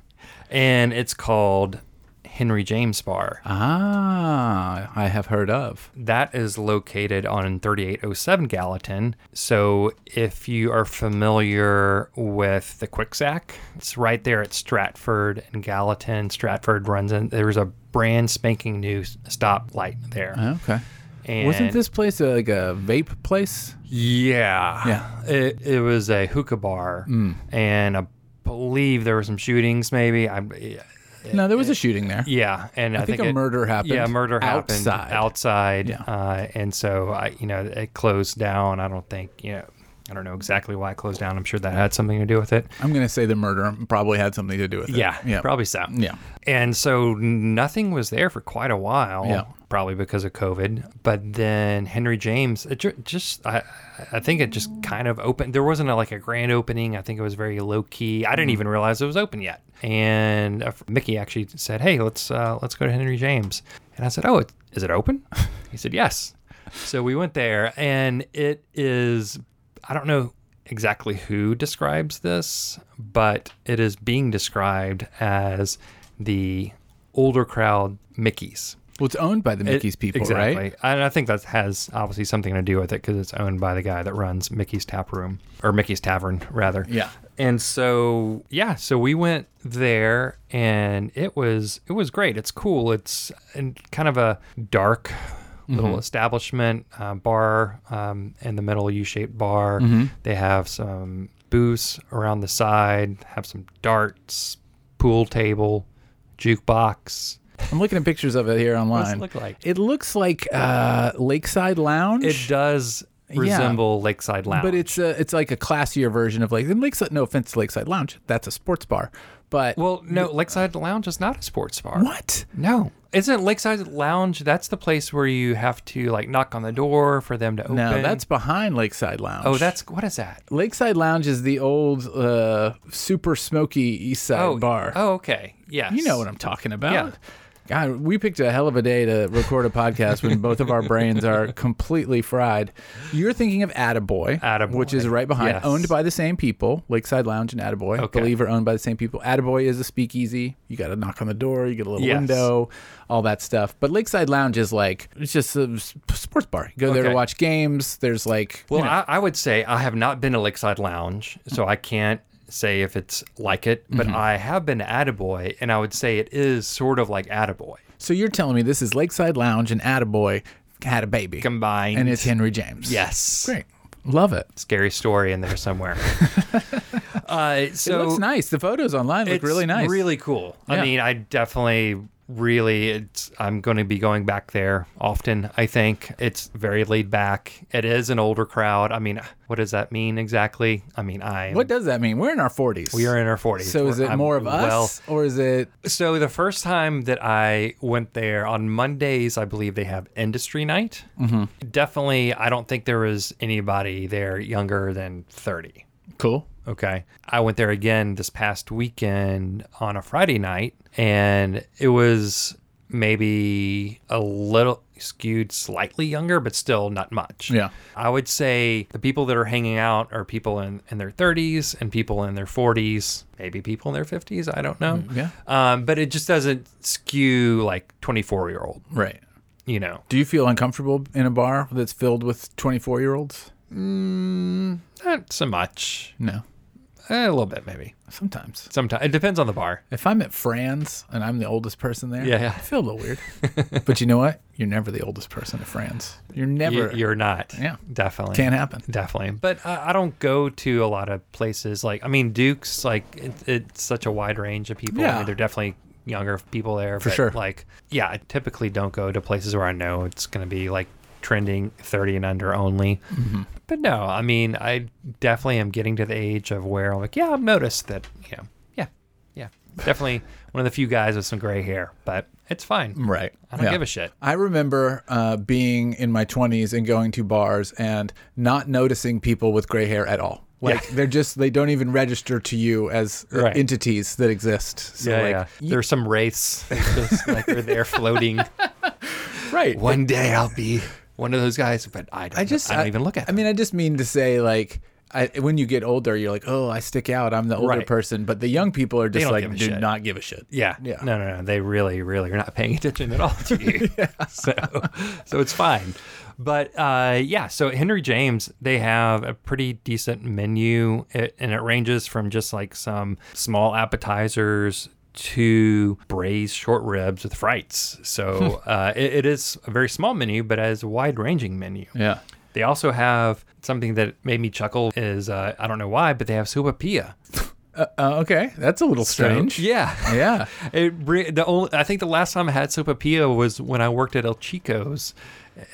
S1: and it's called Henry James Bar.
S2: Ah, I have heard of.
S1: That is located on 3807 Gallatin. So if you are familiar with the Quicksack, it's right there at Stratford and Gallatin. Stratford runs in. There's a brand spanking new stoplight there.
S2: Okay.
S1: And
S2: Uh, Wasn't this place a, like a vape place?
S1: Yeah.
S2: Yeah. Mm.
S1: It, it was a hookah bar, and I believe there were some shootings. Maybe I.
S2: No, there was a shooting there.
S1: Yeah, and I,
S2: think a murder happened
S1: Yeah, a murder happened
S2: outside.
S1: outside.
S2: Yeah.
S1: Uh, and so I, you know, it closed down. I don't think you know. I don't know exactly why it closed down. I'm sure that had something to do with it.
S2: I'm going to say the murder probably had something to do with it.
S1: Yeah,
S2: Yeah.
S1: probably so.
S2: Yeah.
S1: And so nothing was there for quite a while.
S2: Yeah.
S1: probably because of COVID. But then Henry James, it ju- just I, I think it just kind of opened. There wasn't a, like a grand opening. I think it was very low key. I didn't even realize it was open yet. And uh, Mickey actually said, "Hey, let's uh, let's go to Henry James." And I said, "Oh, it, is it open?" he said, "Yes." So we went there, and it is. I don't know exactly who describes this, but it is being described as the older crowd Mickey's.
S2: Well, it's owned by the
S1: It-
S2: Mickey's people,
S1: exactly.
S2: right?
S1: And I think that has obviously something to do with it because it's owned by the guy that runs Mickey's Tap Room or Mickey's Tavern, rather.
S2: Yeah.
S1: And so, yeah, so we went there and it was it was great. It's cool. It's in kind of a dark
S2: Mm-hmm.
S1: little establishment, uh, bar um, in the middle U-shaped bar.
S2: Mm-hmm.
S1: They have some booths around the side, have some darts, pool table, jukebox.
S2: I'm looking at pictures of it here online.
S1: look like?
S2: It looks like uh, Lakeside Lounge.
S1: It does resemble Lakeside Lounge.
S2: But it's a, it's like a classier version of Lake. And Lakeside, no offense to Lakeside Lounge, that's a sports bar. But
S1: well, no, Lakeside Lounge is not a sports bar.
S2: what?
S1: No, isn't Lakeside Lounge? That's the place where you have to like knock on the door for them to open.
S2: No, that's behind Lakeside Lounge.
S1: oh, that's what is that?
S2: Lakeside Lounge is the old uh, super smoky East Side
S1: Oh,
S2: bar.
S1: Oh, okay. Yes.
S2: You know what I'm talking about.
S1: Yeah.
S2: God, we picked a hell of a day to record a podcast when both of our brains are completely fried. You're thinking of Attaboy,
S1: Attaboy.
S2: which is right behind,
S1: Yes.
S2: owned by the same people. Lakeside Lounge and Attaboy, I
S1: Okay.
S2: believe, are owned by the same people. Attaboy is a speakeasy. You got to knock on the door, you get a little
S1: Yes.
S2: window, all that stuff. But Lakeside Lounge is like, it's just a s- sports bar. You go there to
S1: Okay.
S2: watch games. There's like,
S1: Well, I, I would say I have not been to Lakeside Lounge,
S2: Mm-hmm.
S1: so I can't say if it's like it. But I have been to Attaboy, and I would say it is sort of like Attaboy
S2: so you're telling me this is Lakeside Lounge and Attaboy had a baby.
S1: combined.
S2: and it's Henry James.
S1: yes.
S2: Great. Love it.
S1: Scary story in there somewhere. uh, so
S2: it looks nice. The photos online look
S1: It's
S2: really nice.
S1: Really cool.
S2: Yeah.
S1: I mean, I definitely really it's I'm going to be going back there often, I think. It's very laid back. It is an older crowd. I mean, what does that mean exactly? I mean, I
S2: what does that mean? We're in our 40s.
S1: we are in our 40s.
S2: So is it
S1: I'm
S2: more of
S1: well-
S2: us or is it
S1: so the first time that I went there on Mondays, I believe they have industry night.
S2: Mm-hmm.
S1: Definitely, I don't think there was anybody there younger than 30.
S2: cool?
S1: Okay. I went there again this past weekend on a Friday night, and it was maybe a little skewed slightly younger, but still not much.
S2: Yeah.
S1: I would say the people that are hanging out are people in, in their 30s and people in their 40s, maybe people in their 50s. I don't know.
S2: Mm, yeah.
S1: Um, but it just doesn't skew like 24 year old,
S2: Right.
S1: you know.
S2: Do you feel uncomfortable in a bar that's filled with 24 year olds?
S1: Not so much.
S2: No.
S1: Eh, a little bit, maybe.
S2: Sometimes.
S1: Sometimes it depends on the bar.
S2: If I'm at Fran's and I'm the oldest person there,
S1: Yeah, yeah.
S2: I feel a little weird. but you know what? You're never the oldest person at Fran's. You're never.
S1: You, are not.
S2: Yeah.
S1: Definitely.
S2: can't happen.
S1: Definitely, but I, I don't go to a lot of places. Like, I mean, Duke's like it, it's such a wide range of people. I mean,
S2: Yeah.
S1: they're definitely younger people there for
S2: sure.
S1: Like, yeah, I typically don't go to places where I know it's going to be like trending 30 and under only. But no, I mean, I definitely am getting to the age of where I'm like, yeah, I've noticed that. You know, yeah, yeah, definitely one of the few guys with some gray hair, but it's fine.
S2: Right.
S1: I don't
S2: Yeah.
S1: give a shit.
S2: I remember uh, being in my 20s and going to bars and not noticing people with gray hair at all. Like they're just they don't even register to you as uh,
S1: Right.
S2: entities that exist. So
S1: yeah,
S2: like,
S1: yeah. There's some wraiths, just like they're there floating.
S2: right.
S1: one day I'll be one of those guys, but I don't,
S2: I just
S1: I don't even look at
S2: I
S1: them.
S2: mean, I just mean to say like. I, when you get older, you're like, oh, I stick out. I'm the older
S1: Right.
S2: person. But the young people are just
S1: don't
S2: like,
S1: give a
S2: do
S1: shit.
S2: not give a shit.
S1: yeah.
S2: Yeah.
S1: No, no, no. They really, really are not paying attention at all to you. So, so it's fine. But uh, yeah, so at Henry James, they have a pretty decent menu, it, and it ranges from just like some small appetizers to braised short ribs with frites. So uh, it, it is a very small menu, but it is a wide ranging menu.
S2: Yeah.
S1: They also have something that made me chuckle is uh, I don't know why, but they have sopapilla.
S2: Uh, uh, okay, that's a little strange.
S1: Yeah.
S2: Yeah.
S1: It bri- the only I think the last time I had sopapilla was when I worked at El Chico's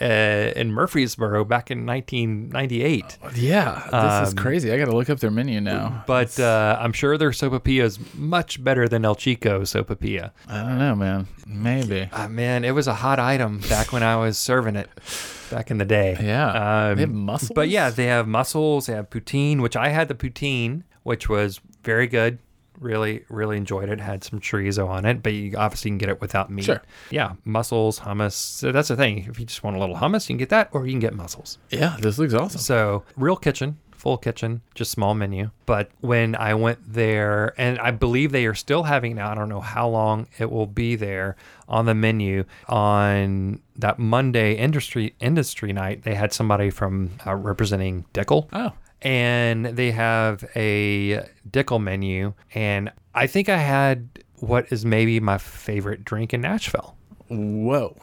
S1: uh, in Murfreesboro back in 1998.
S2: Yeah. This is crazy. I got to look up their menu now.
S1: Um, But uh, I'm sure their sopapilla is much better than El Chico sopapilla.
S2: I don't know, man. Maybe.
S1: Ah, man, it was a hot item back when I was serving it back in the day.
S2: Yeah.
S1: Um,
S2: They have mussels?
S1: But yeah, they have mussels. They have poutine, which I had the poutine, which was very good. Really, really enjoyed it. Had some chorizo on it, but you obviously can get it without meat.
S2: Sure.
S1: Yeah, mussels, hummus. So that's the thing. If you just want a little hummus, you can get that, or you can get mussels.
S2: Yeah, this looks awesome.
S1: So, real kitchen, full kitchen, just small menu. But when I went there, and I believe they are still having now, I don't know how long it will be there on the menu on that Monday industry industry night. They had somebody from uh, representing Dickel.
S2: Oh.
S1: And they have a Dickel menu, and I think I had what is maybe my favorite drink in Nashville,
S2: Whoa.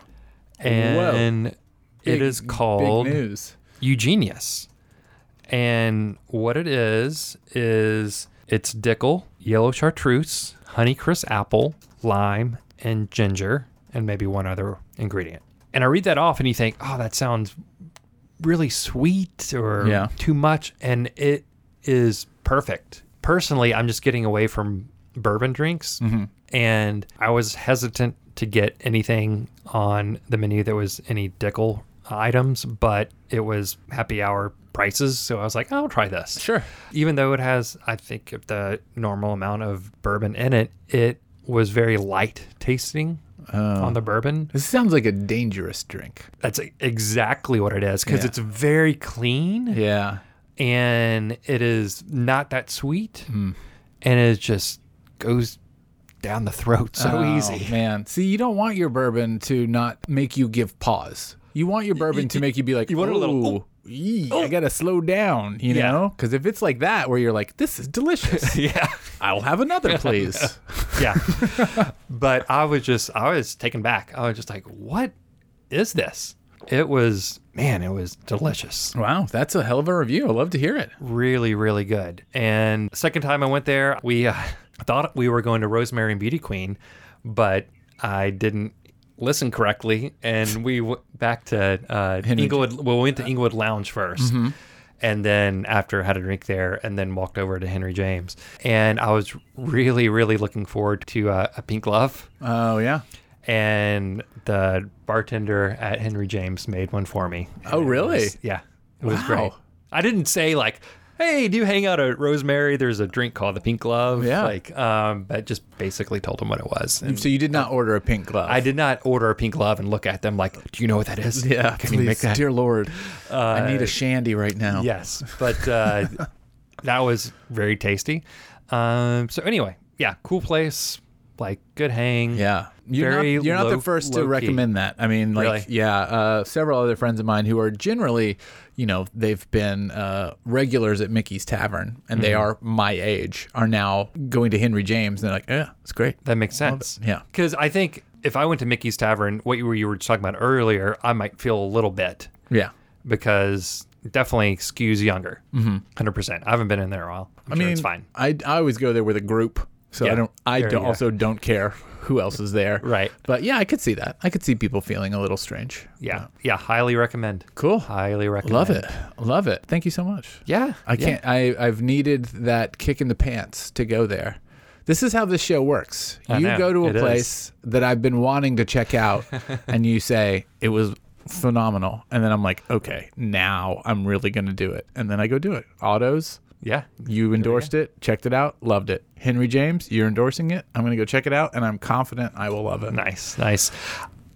S1: and
S2: Big-
S1: it is called
S2: Big news.
S1: Eugenius. And what it is, is it's Dickel, yellow chartreuse, honeycrisp apple, lime, and ginger, and maybe one other ingredient. And I read that off and you think, oh, that sounds really sweet or
S2: Yeah.
S1: too much. And it is perfect. Personally, I'm just getting away from bourbon drinks. And I was hesitant to get anything on the menu that was any Dickel items, but it was happy hour prices. So I was like, I'll try this.
S2: Sure.
S1: Even though it has, I think, the normal amount of bourbon in it, it was very light tasting
S2: Oh.
S1: on the bourbon.
S2: This sounds like a dangerous drink.
S1: That's exactly what it is because
S2: Yeah.
S1: it's very clean
S2: Yeah.
S1: and it is not that sweet
S2: Hmm.
S1: and it just goes down the throat so
S2: Oh,
S1: easy.
S2: man. See, you don't want your bourbon to not make you give pause. You want your bourbon to make you be like,
S1: you want a little, Oh.
S2: "Ooh, ee, I gotta slow down, you
S1: Yeah.
S2: know? Because if it's like that, where you're like, this is delicious,
S1: Yeah.
S2: I'll have another, please.
S1: Yeah. but I was just, I was taken back. I was just like, what is this? It was, man, it was delicious.
S2: wow, that's a hell of a review. I love to hear it.
S1: really really good and second time i went there we uh, thought we were going to rosemary and beauty queen but i didn't listen correctly and we went back to uh, inglewood well, we went to inglewood lounge 1st and then after had a drink there and then walked over to henry james and i was really really looking forward to uh, a pink glove
S2: Oh, yeah.
S1: and the bartender at henry james made one for me
S2: Oh, really?
S1: was- yeah. It was
S2: Wow.
S1: great. I didn't say like, hey, do you hang out at Rosemary? There's a drink called the Pink Glove.
S2: Yeah.
S1: Like, um, but just basically told him what it was. And
S2: So you did
S1: Uh,
S2: not order a pink glove.
S1: I did not order a pink glove and look at them like, do you know what that is?
S2: Yeah,
S1: Can
S2: please,
S1: you make that? Uh,
S2: dear Lord, I need a shandy right now.
S1: Yes. But uh, that was very tasty. Um, so anyway, yeah, cool place. Like good hang.
S2: Yeah. You're
S1: Very
S2: not, you're not
S1: low-
S2: the first to
S1: low-key.
S2: recommend that. I mean, like,
S1: Really?
S2: yeah, uh, several other friends of mine who are generally, you know, they've been uh, regulars at Mickey's Tavern
S1: Mm-hmm.
S2: and they are my age, are now going to Henry James. And they're like, yeah, it's great.
S1: That makes sense.
S2: Yeah.
S1: Because I think if I went to Mickey's Tavern, what you were, you were talking about earlier, I might feel a little bit
S2: Yeah.
S1: because definitely skews younger. Hundred percent. I haven't been in there in a while. I'm
S2: Mm-hmm. I
S1: sure
S2: mean,
S1: it's fine.
S2: I, I always go there with a group. So I
S1: Yeah.
S2: don't, I
S1: There
S2: don't,
S1: you go.
S2: also don't care who else is there.
S1: Right.
S2: But yeah, I could see that. I could see people feeling a little strange.
S1: Yeah, yeah. Highly recommend.
S2: Cool.
S1: Highly recommend.
S2: Love it. Love it. Thank you so much.
S1: Yeah.
S2: I
S1: yeah.
S2: can't. I I've needed that kick in the pants to go there. This is how this show works.
S1: I
S2: you
S1: know,
S2: go to a
S1: it is.
S2: place that I've been wanting to check out, and you say it was phenomenal, and then I'm like, okay, now I'm really gonna do it, and then I go do it. Autos,
S1: Yeah.
S2: you endorsed it, checked it out, loved it. Henry James, you're endorsing it. I'm gonna go check it out, and I'm confident I will love it.
S1: Nice. Nice.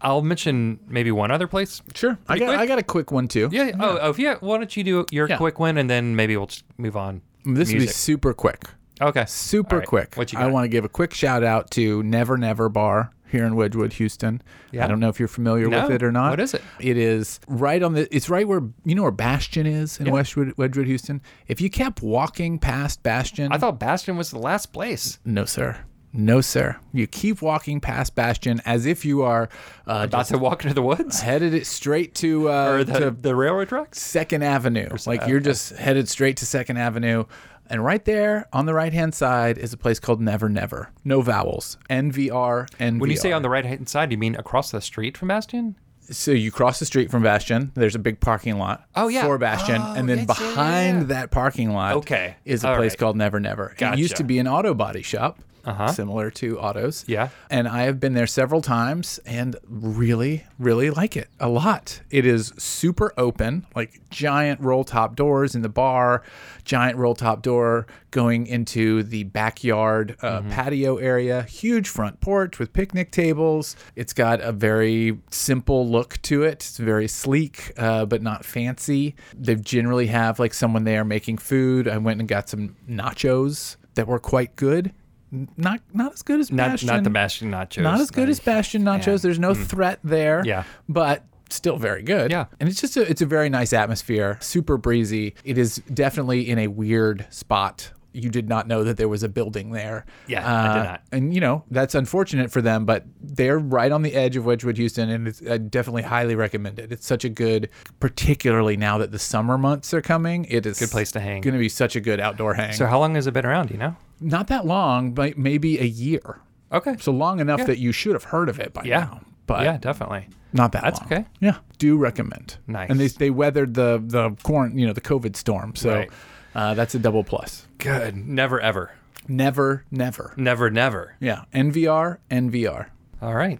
S1: I'll mention maybe one other place.
S2: Sure, I
S1: Pretty
S2: got
S1: quick.
S2: I got a quick one too.
S1: Yeah. Oh, oh, yeah. Why don't you do your
S2: Yeah. Mm.
S1: quick one and then maybe we'll just move on.
S2: this will be
S1: music.
S2: super quick.
S1: Okay.
S2: super
S1: All right,
S2: quick.
S1: What you
S2: I
S1: got?
S2: want to give a quick shout out to Never Never Bar here in Wedgwood, Houston.
S1: Yeah.
S2: I don't know if you're familiar
S1: No.
S2: with it or not.
S1: What is it?
S2: It is right on the. It's right where you know where Bastion is in Westwood, Wedgwood, Houston. If you kept walking past Bastion,
S1: I thought Bastion was the last place.
S2: no sir, no sir. You keep walking past Bastion as if you are uh,
S1: About to walk into the woods
S2: headed it straight to uh,
S1: or the,
S2: to
S1: the railroad tracks.
S2: Second Avenue. Like you're just headed straight to Second Avenue. And right there on the right hand side is a place called Never Never. No vowels. NVR and
S1: When you say on the right hand side, you mean across the street from Bastion?
S2: so you cross the street from Bastion. There's a big parking lot.
S1: Oh, yeah.
S2: for Bastion,
S1: Oh,
S2: and then
S1: yes, yeah, yeah,
S2: behind
S1: yeah.
S2: that parking lot,
S1: Okay.
S2: is a
S1: All
S2: place
S1: right.
S2: called Never Never. It used
S1: Gotcha.
S2: to be an auto body shop,
S1: Uh-huh.
S2: similar to autos.
S1: Yeah.
S2: and I have been there several times and really, really like it a lot. It is super open, like giant roll top doors in the bar, giant roll top door going into the backyard uh,
S1: Mm-hmm.
S2: patio area, huge front porch with picnic tables. It's got a very simple look to it. It's very sleek, uh, but not fancy. They generally have like someone there making food. I went and got some nachos that were quite good. N- Not not as good as
S1: Not
S2: Bastion.
S1: not the Bastion nachos. Mm.
S2: Not as good as Bastion nachos. There's no threat there.
S1: Yeah.
S2: But still very good.
S1: Yeah.
S2: And it's just a, it's a very nice atmosphere, super breezy. It is definitely in a weird spot. You did not know that there was a building there. Uh,
S1: Yeah, I did not.
S2: And you know that's unfortunate for them, but they're right on the edge of Wedgwood, Houston, and it's I definitely highly recommend it. It's such a good, particularly now that the summer months are coming. It is
S1: Good place to hang.
S2: Going to be such a good outdoor hang.
S1: So how long has it been around? do You know.
S2: not that long, but maybe a year.
S1: Okay.
S2: So long enough
S1: Yeah.
S2: that you should have heard of it by
S1: yeah.
S2: now. But
S1: yeah, definitely.
S2: not that
S1: That's
S2: long.
S1: okay.
S2: Yeah. Do recommend.
S1: Nice.
S2: And they, they weathered the the quarant you know, the COVID storm. So
S1: Right.
S2: uh, that's a double plus.
S1: Good. Never ever.
S2: Never, never.
S1: Never never.
S2: Yeah. NVR, NVR.
S1: All right.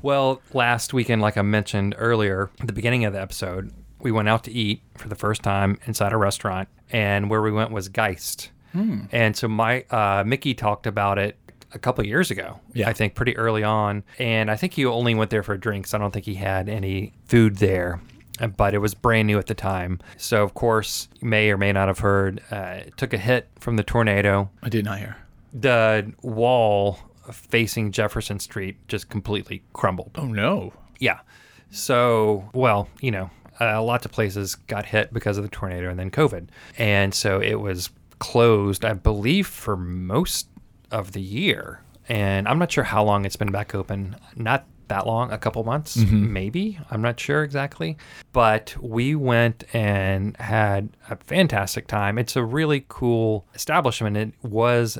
S1: Well, last weekend, like I mentioned earlier at the beginning of the episode, we went out to eat for the first time inside a restaurant, and where we went was Geist. And so my uh, Mickey talked about it a couple of years ago.
S2: Yeah.
S1: I think pretty early on, and I think he only went there for drinks. I don't think he had any food there. uh, But it was brand new at the time. So, of course, you may or may not have heard, uh, it took a hit from the tornado
S2: I did not hear.
S1: the wall facing Jefferson Street just completely crumbled.
S2: Oh no.
S1: Yeah. So, well, you know, uh, lots of places got hit because of the tornado and then COVID. And so it was closed, I believe, for most of the year. And I'm not sure how long it's been back open. Not that long, a couple months, maybe. I'm not sure exactly. But we went and had a fantastic time. It's a really cool establishment. It was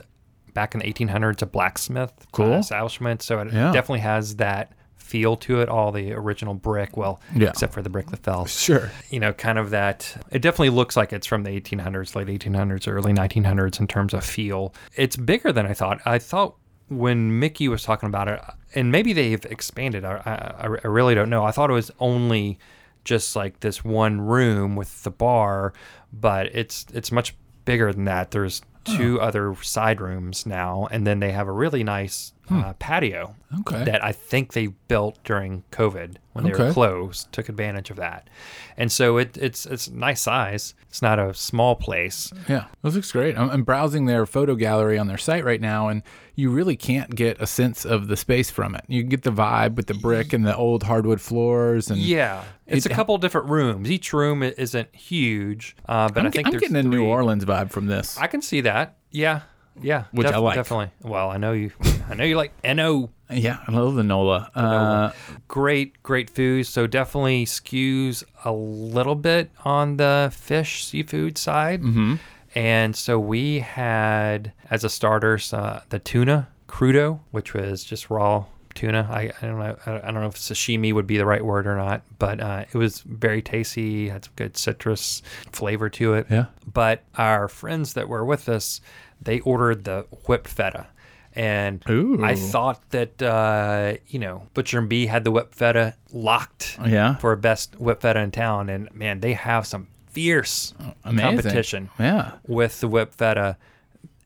S1: back in the 1800s a blacksmith uh,
S2: Cool.
S1: establishment. So it
S2: Yeah.
S1: definitely has that feel to it. All the original brick, well,
S2: Yeah.
S1: except for the brick that fell.
S2: Sure.
S1: You know, kind of that. It definitely looks like it's from the 1800s, late 1800s, early 1900s in terms of feel. It's bigger than I thought. I thought when Mickey was talking about it, and maybe they've expanded. I, I, I really don't know. I thought it was only just like this one room with the bar, but it's it's much bigger than that. There's two other side rooms now, and then they have a really nice uh, patio
S2: Okay.
S1: that I think they built during COVID when they
S2: Okay.
S1: were closed, took advantage of that. And so it, it's it's nice size. It's not a small place.
S2: Yeah, this looks great. I'm, I'm browsing their photo gallery on their site right now, and you really can't get a sense of the space from it. You get the vibe with the brick and the old hardwood floors, and
S1: Yeah, it's
S2: It-
S1: a couple different rooms. Each room i- isn't huge, uh, but i
S2: I'm,
S1: think
S2: I'm
S1: there's
S2: getting a New
S1: three-
S2: Orleans vibe from this.
S1: I can see that. Yeah, yeah,
S2: Which I like.
S1: definitely. Well, I know you. I know you like no
S2: yeah, I love the Nola. Uh,
S1: great, great food. So definitely skews a little bit on the fish seafood side. Mm-hmm. And so we had as a starter uh, the tuna crudo, which was just raw tuna. I, I don't know. I I don't know if sashimi would be the right word or not, but uh, it was very tasty. Had some good citrus flavor to it.
S2: Yeah.
S1: But our friends that were with us, they ordered the whipped feta. And
S2: Ooh.
S1: I thought that uh, you know Butcher and B had the whip feta locked
S2: Uh, Yeah.
S1: for best whip feta in town, and man, they have some fierce
S2: Amazing.
S1: competition
S2: Yeah.
S1: with the whip feta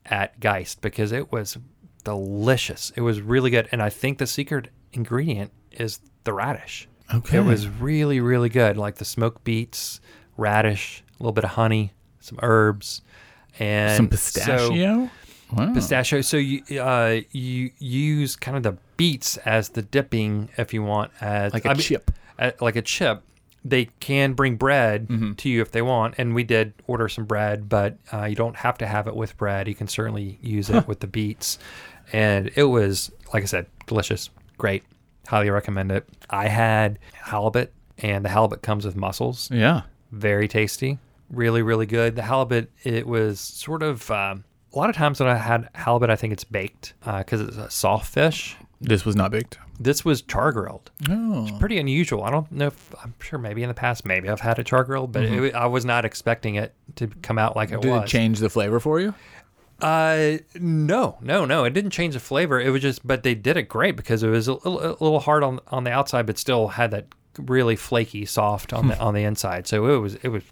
S1: at Geist because it was delicious. It was really good, and I think the secret ingredient is the radish.
S2: Okay.
S1: it was really really good. Like the smoked beets, radish, a little bit of honey, some herbs, and
S2: Some
S1: so-
S2: pistachio. wow.
S1: pistachio. So you uh, you use kind of the beets as the dipping, if you want, as
S2: Like a
S1: mean,
S2: chip.
S1: uh, like a chip. They can bring bread
S2: Mm-hmm.
S1: to you if they want, and we did order some bread, but uh, you don't have to have it with bread. You can certainly use it with the beets, and it was like I said, delicious, great, highly recommend it. I had halibut, and the halibut comes with mussels,
S2: Yeah.
S1: very tasty. really, really good. The halibut, it was sort of um, a lot of times when I had halibut, I think it's baked because it's a soft fish.
S2: This was not baked.
S1: This was char grilled.
S2: Oh.
S1: Pretty unusual. I don't know if I'm sure maybe in the past, maybe I've had a char grilled, but it, wa- I was not expecting it to come out like it
S2: Did
S1: was.
S2: it change the flavor for you?
S1: Uh, no, no, no. It didn't change the flavor. It was just, but they did it great because it was a, little- a little hard on on the outside, but still had that really flaky, soft on the on the inside. So it was it was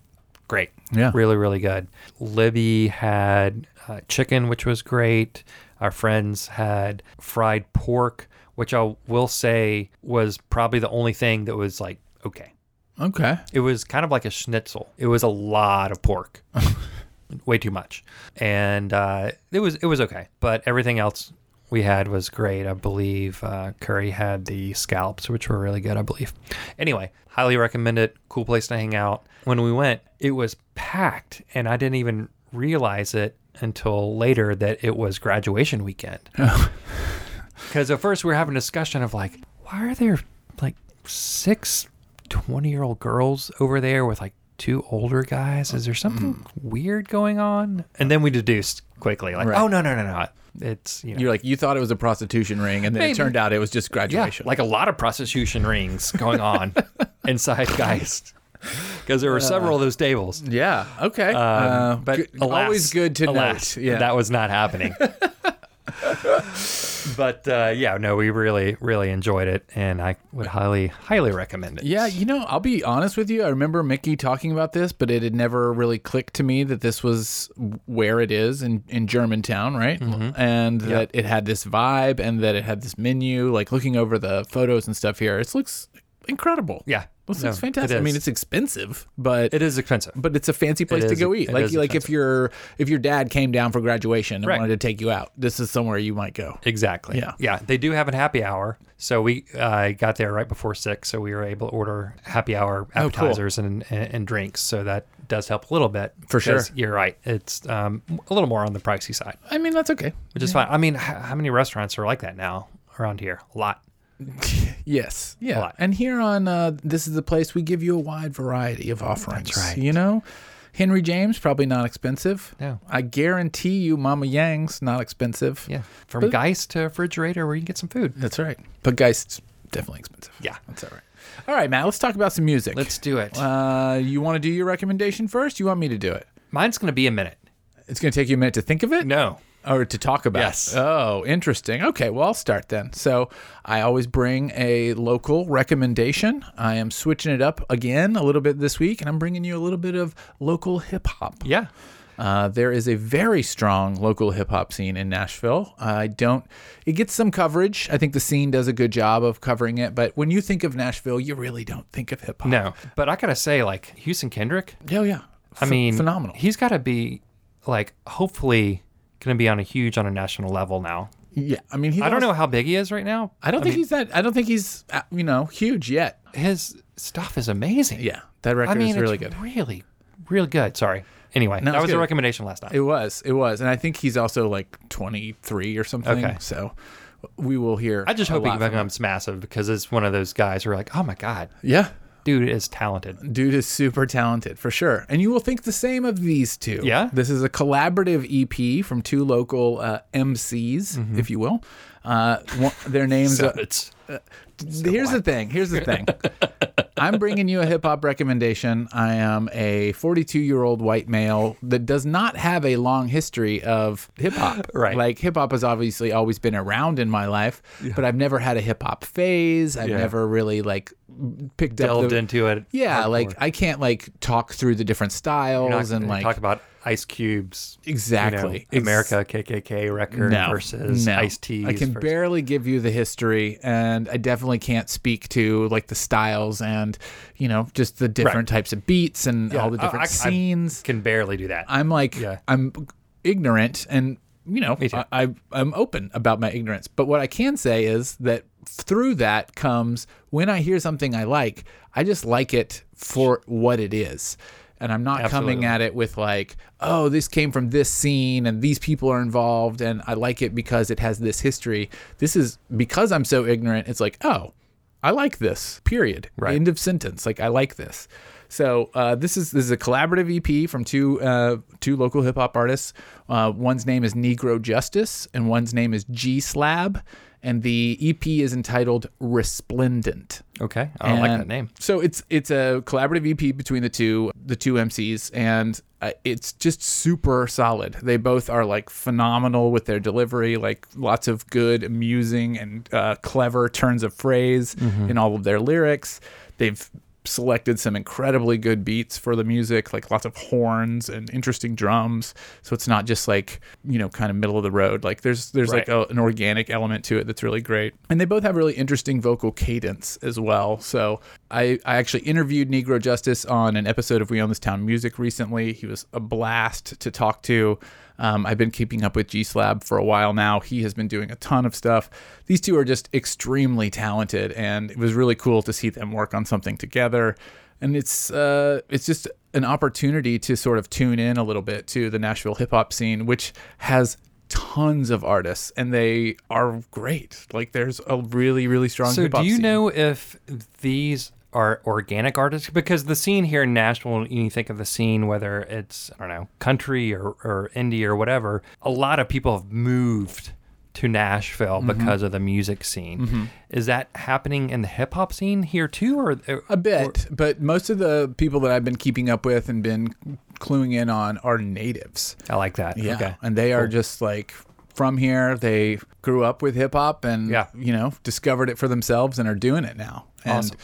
S1: great.
S2: Yeah.
S1: really, really good. Libby had uh, chicken, which was great. Our friends had fried pork, which I will say was probably the only thing that was like okay.
S2: Okay.
S1: It was kind of like a schnitzel. It was a lot of pork, way too much, and uh, it was it was okay. But everything else we had was great. I believe uh, Curry had the scallops, which were really good. I believe. Anyway, highly recommend it. Cool place to hang out. When we went, it was packed, and I didn't even realize it until later that it was graduation weekend. Because at first we were having a discussion of like, why are there like six 20 year old girls over there with like two older guys? Is there something weird going on? And then we deduced quickly, like,
S2: Right.
S1: oh, no, no, no, no. It's, you know,
S2: You're like you thought it was a prostitution ring, and then
S1: Maybe.
S2: it turned out it was just
S1: yeah,
S2: graduation.
S1: like a lot of prostitution rings going on inside Geist. Because there were several of those tables.
S2: Yeah. Okay. uh,
S1: Um, but
S2: good-
S1: alas,
S2: always good to
S1: alas,
S2: note. Yeah.
S1: that was not happening. but uh, yeah, no, we really, really enjoyed it, and I would highly, highly recommend it.
S2: yeah. You know, I'll be honest with you. I remember Mickey talking about this, but it had never really clicked to me that this was where it is in in Germantown, right?
S1: Mm-hmm.
S2: And that it had this vibe, and that it had this menu. Like looking over the photos and stuff here, it looks incredible.
S1: Yeah.
S2: This
S1: No,
S2: looks fantastic.
S1: it
S2: I mean,
S1: is.
S2: it's expensive, but
S1: it is expensive.
S2: but it's a fancy place to
S1: is-
S2: go
S1: it
S2: eat. Like
S1: is
S2: like if
S1: expensive.
S2: your if your dad came down for graduation and
S1: Right.
S2: wanted to take you out, this is somewhere you might go.
S1: Exactly.
S2: Yeah.
S1: Yeah. They do have a happy hour. So we uh, got there right before six. So we were able to order happy hour
S2: Oh,
S1: appetizers and, and, and drinks. So that does help a little bit.
S2: For sure.
S1: 'cause You're right. It's um, a little more on the pricey side,
S2: I mean, that's okay.
S1: which is fine. I mean, h- how many restaurants are like that now around here? A lot.
S2: Yes. Yeah.
S1: lot.
S2: And here on uh, this is the place we give you a wide variety of offerings.
S1: right.
S2: You know, Henry James probably not expensive.
S1: No.
S2: I guarantee you, Mama Yang's not expensive.
S1: Yeah. From Geist to refrigerator where you can get some food.
S2: That's right. But Geist's definitely expensive.
S1: Yeah.
S2: That's all right. All right, Matt. Let's talk about some music.
S1: Let's do it.
S2: Uh, you want to do your recommendation first? You want me to do it?
S1: Mine's going to be a minute.
S2: It's going to take you a minute to think of it.
S1: No.
S2: or to talk about.
S1: Yes.
S2: Oh, interesting. Okay, well, I'll start then. So I always bring a local recommendation. I am switching it up again a little bit this week, and I'm bringing you a little bit of local hip hop.
S1: Yeah.
S2: Uh, there is a very strong local hip hop scene in Nashville. I don't, it gets some coverage. I think the scene does a good job of covering it, but when you think of Nashville, you really don't think of hip hop.
S1: No. But I got to say, like, Houston Kendrick,
S2: Oh, yeah.
S1: I mean,
S2: phenomenal.
S1: He's got to be like hopefully going to be on a huge on a national level now.
S2: Yeah. I mean,
S1: I don't know how big he is right now.
S2: I don't think he's that, I don't think he's, uh, you know, huge yet.
S1: His stuff is amazing.
S2: Yeah. That record
S1: I mean,
S2: is really
S1: it's
S2: good.
S1: Really, really good. Sorry. Anyway, that
S2: it's
S1: was a
S2: good.
S1: recommendation last time.
S2: It was. It was. And I think he's also like 23 or something.
S1: Okay.
S2: So we will hear.
S1: I just
S2: a
S1: hope he
S2: lot from-
S1: becomes massive because it's one of those guys who are like, oh my god,
S2: Yeah.
S1: dude is talented.
S2: Dude is super talented for sure. And you will think the same of these two.
S1: Yeah?
S2: This is a collaborative EP from two local uh, MCs, if you will. Uh, one, their names
S1: Mm-hmm. So
S2: are.
S1: it's
S2: Here's the thing. Here's the thing. I'm bringing you a hip hop recommendation. I am a 42 year old white male that does not have a long history of hip hop.
S1: Right.
S2: Like hip hop has obviously always been around in my life, but I've never had a hip hop phase. I've
S1: Yeah.
S2: never really like picked up
S1: delved
S2: the,
S1: into it.
S2: Yeah,
S1: hardcore.
S2: like I can't like talk through the different styles
S1: You're not
S2: and
S1: gonna
S2: like
S1: talk about Ice Cube's you know,
S2: Exactly. Ex-
S1: America KKK record versus Ice T.
S2: I can barely give you the history, and I definitely can't speak to like the styles and you know just the different types of beats and all the
S1: I-
S2: different
S1: I- I-
S2: scenes.
S1: can barely do that.
S2: I, am like
S1: Yeah.
S2: I'm ignorant, and you know
S1: too.
S2: I, I I'm open about my ignorance. But what I can say is that through that comes when I hear something I like, I just like it for what it is. And I'm not coming
S1: Absolutely.
S2: at at it with like, oh, this came from this scene and these people are involved and I like it because it has this history. This is because I'm so ignorant. It's like, oh, I like this. Period.
S1: Right.
S2: End of sentence. Like I like this. So uh, this is this is a collaborative EP from two uh, two local hip hop artists. Uh, one's name is Negro Justice, and one's name is G Slab. And the EP is entitled Resplendent.
S1: Okay. I don't like
S2: And
S1: that name.
S2: So it's it's a collaborative EP between the two the two MCs, and uh, it's just super solid. They both are like phenomenal with their delivery, like lots of good, amusing, and uh, clever turns of phrase
S1: Mm-hmm.
S2: in all of their lyrics. They've selected some incredibly good beats for the music, like lots of horns and interesting drums. So it's not just like you know kind of middle of the road. Like there's there's
S1: Right.
S2: like a, an organic element to it that's really great. And they both have really interesting vocal cadence as well. So I I actually interviewed Negro Justice on an episode of We Own This Town Music recently. He was a blast to talk to. Um, I've been keeping up with G Slab for a while now. He has been doing a ton of stuff. These two are just extremely talented, and it was really cool to see them work on something together. And it's uh, it's just an opportunity to sort of tune in a little bit to the Nashville hip hop scene, which has tons of artists, and they are great. Like there's a really really strong.
S1: So,
S2: hip hop
S1: do you
S2: scene.
S1: know if these are organic artists? Because the scene here in Nashville, you think of the scene, whether it's, I don't know, country or, or indie or whatever, a lot of people have moved to Nashville because of the music scene. Is that happening in the hip hop scene here too? Or
S2: A bit, but most of the people that I've been keeping up with and been cluing in on are natives.
S1: I like that.
S2: Yeah.
S1: Okay.
S2: And they are just like from here. They grew up with hip hop and,
S1: Yeah.
S2: you know, discovered it for themselves and are doing it now. And
S1: Awesome.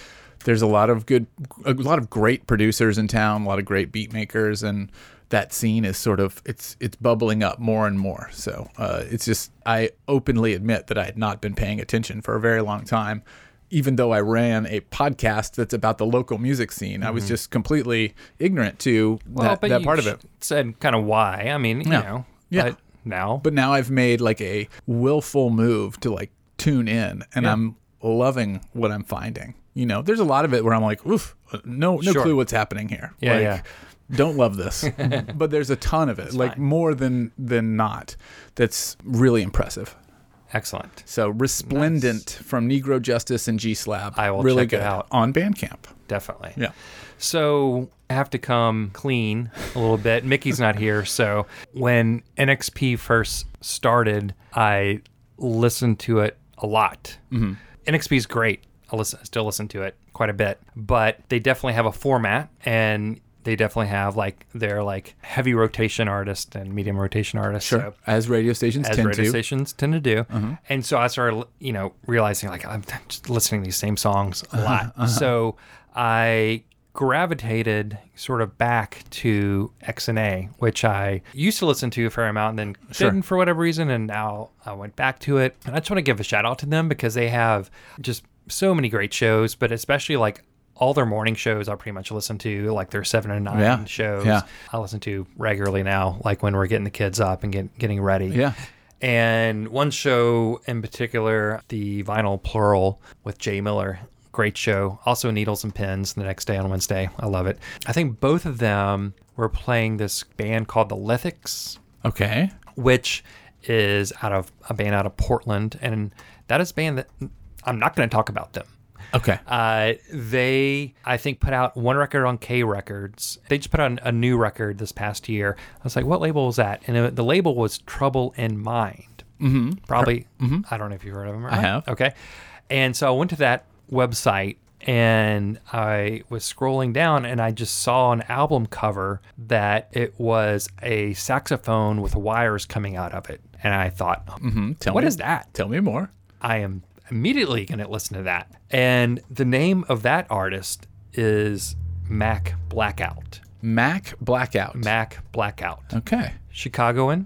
S2: there's a lot of good, a lot of great producers in town, a lot of great beat makers. And that scene is sort of, it's, it's bubbling up more and more. So uh, it's just, I openly admit that I had not been paying attention for a very long time. Even though I ran a podcast that's about the local music scene, I was just completely ignorant to that, that
S1: Mm-hmm. you
S2: part of
S1: sh-
S2: it.
S1: Said kind of why. I mean, you
S2: Yeah.
S1: know,
S2: Yeah.
S1: but now.
S2: but now I've made like a willful move to like tune in, and I'm loving what I'm finding. You know, there's a lot of it where I'm like, oof, uh, no, no
S1: Sure.
S2: clue what's happening here.
S1: Yeah,
S2: like,
S1: yeah.
S2: Don't love this, but there's a ton of it, like more than than not. That's really impressive.
S1: Excellent.
S2: So resplendent from Negro Justice and G Slab.
S1: I will
S2: really
S1: check it
S2: good
S1: out.
S2: on Bandcamp.
S1: Definitely.
S2: Yeah.
S1: So I have to come clean a little bit. Mickey's not here. So when NXP first started, I listened to it a lot. Mm-hmm. NXP's great. I, listen, I still listen to it quite a bit, but they definitely have a format and they definitely have like their like heavy rotation artist and medium rotation artist. So
S2: As radio stations
S1: as
S2: tend
S1: radio
S2: to. Uh-huh.
S1: stations tend to do. And so I started, you know, realizing like I'm just listening to these same songs a
S2: Uh-huh,
S1: lot. So I gravitated sort of back to X and A, which I used to listen to a fair amount and then didn't for whatever reason. And now I went back to it. And I just want to give a shout out to them because they have just so many great shows, but especially like all their morning shows I pretty much listen to, like their seven and nine
S2: Yeah.
S1: shows.
S2: Yeah.
S1: I listen to regularly now, like when we're getting the kids up and get, getting ready.
S2: Yeah.
S1: And one show in particular, the Vinyl Plural with Jay Miller. Great show. Also, Needles and Pins the next day on Wednesday. I love it. I think both of them were playing this band called the Lithics,
S2: Okay.
S1: which is out of a band out of Portland. And that is a band that I'm not going to talk about them.
S2: Okay.
S1: Uh, they, I think, put out one record on K Records. They just put out a new record this past year. I was like, what label was that? And it, the label was Trouble in Mind. Mm-hmm. Probably, I don't know if you've heard of them or not.
S2: have.
S1: Okay. And so I went to that website and I was scrolling down and I just saw an album cover that it was a saxophone with wires coming out of it. And I thought,
S2: Tell
S1: Um, what
S2: me,
S1: is that?
S2: Tell me more.
S1: I am immediately going to listen to that. And the name of that artist is Mac Blackout.
S2: Mac Blackout.
S1: Mac Blackout.
S2: okay.
S1: Chicagoan.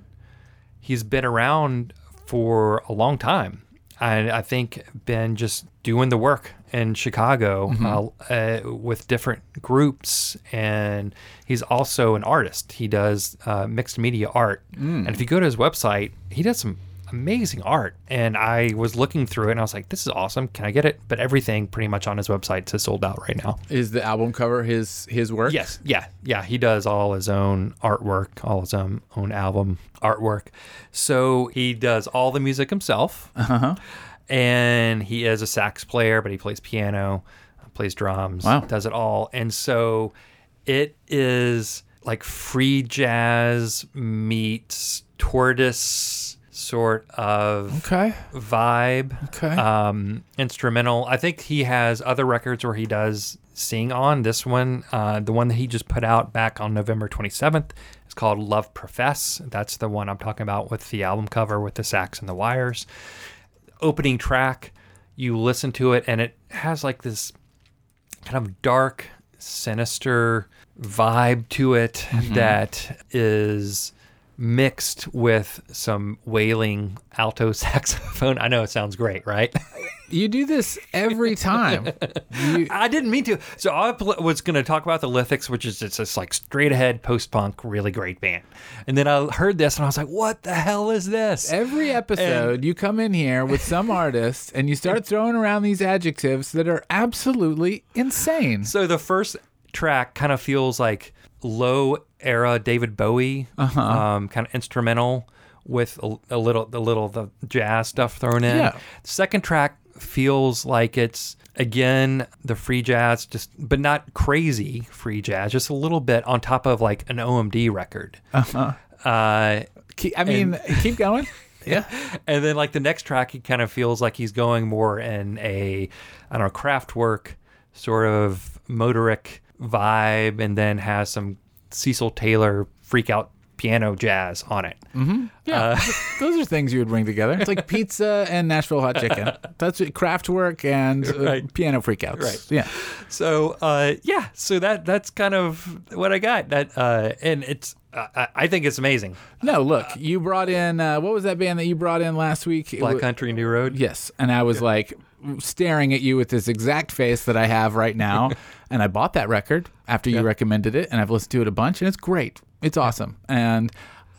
S1: He's been around for a long time. I, I think been just doing the work in Chicago uh, uh, with different groups, and he's also an artist. He does uh, mixed media art, and if you go to his website, he does some amazing art. And I was looking through it, and I was like, "This is awesome! Can I get it?" But everything pretty much on his website is sold out right now.
S2: Is the album cover his his work?
S1: Yes, yeah, yeah. He does all his own artwork, all his own own album artwork. So he does all the music himself. Uh-huh. and he is a sax player, but he plays piano, plays drums,
S2: Wow.
S1: does it all. And so it is like free jazz meets tortoise sort of
S2: Okay.
S1: vibe
S2: Okay.
S1: um instrumental i think he has other records where he does sing on this one uh the one that he just put out back on november 27th is called love profess that's the one i'm talking about with the album cover with the sax and the wires opening track you listen to it and it has like this kind of dark, sinister vibe to it that is mixed with some wailing alto saxophone. I know it sounds great, right?
S2: you do this every time. you,
S1: I didn't mean to. So I pl- was going to talk about the Lithics, which is it's this like straight ahead post punk, really great band. And then I heard this and I was like, what the hell is this?
S2: every episode, you come in here with some artist and you start throwing around these adjectives that are absolutely insane.
S1: So the first track kind of feels like low era David Bowie, um, kind of instrumental with a, a little the little the jazz stuff thrown in.
S2: Yeah.
S1: Second track feels like it's again the free jazz, just but not crazy free jazz, just a little bit on top of like an OMD record. Uh,
S2: Ke- I mean, keep going. Yeah.
S1: and then like the next track, he kind of feels like he's going more in a, I don't know, craft work sort of motoric vibe, and then has some Cecil Taylor freak out piano jazz on it.
S2: Yeah, Uh, those are things you would bring together. It's like pizza and Nashville hot chicken. That's what, craft work and uh,
S1: Right.
S2: piano freakouts.
S1: Right.
S2: Yeah.
S1: So uh, yeah, so that that's kind of what I got. That uh, and it's uh, I- I think it's amazing.
S2: No, look, you brought in uh, what was that band that you brought in last week? It
S1: Black
S2: wa-
S1: Country New Road.
S2: yes, and I was like staring at you with this exact face that I have right now, and I bought that record after you recommended it, and I've listened to it a bunch, and it's great. It's awesome, and.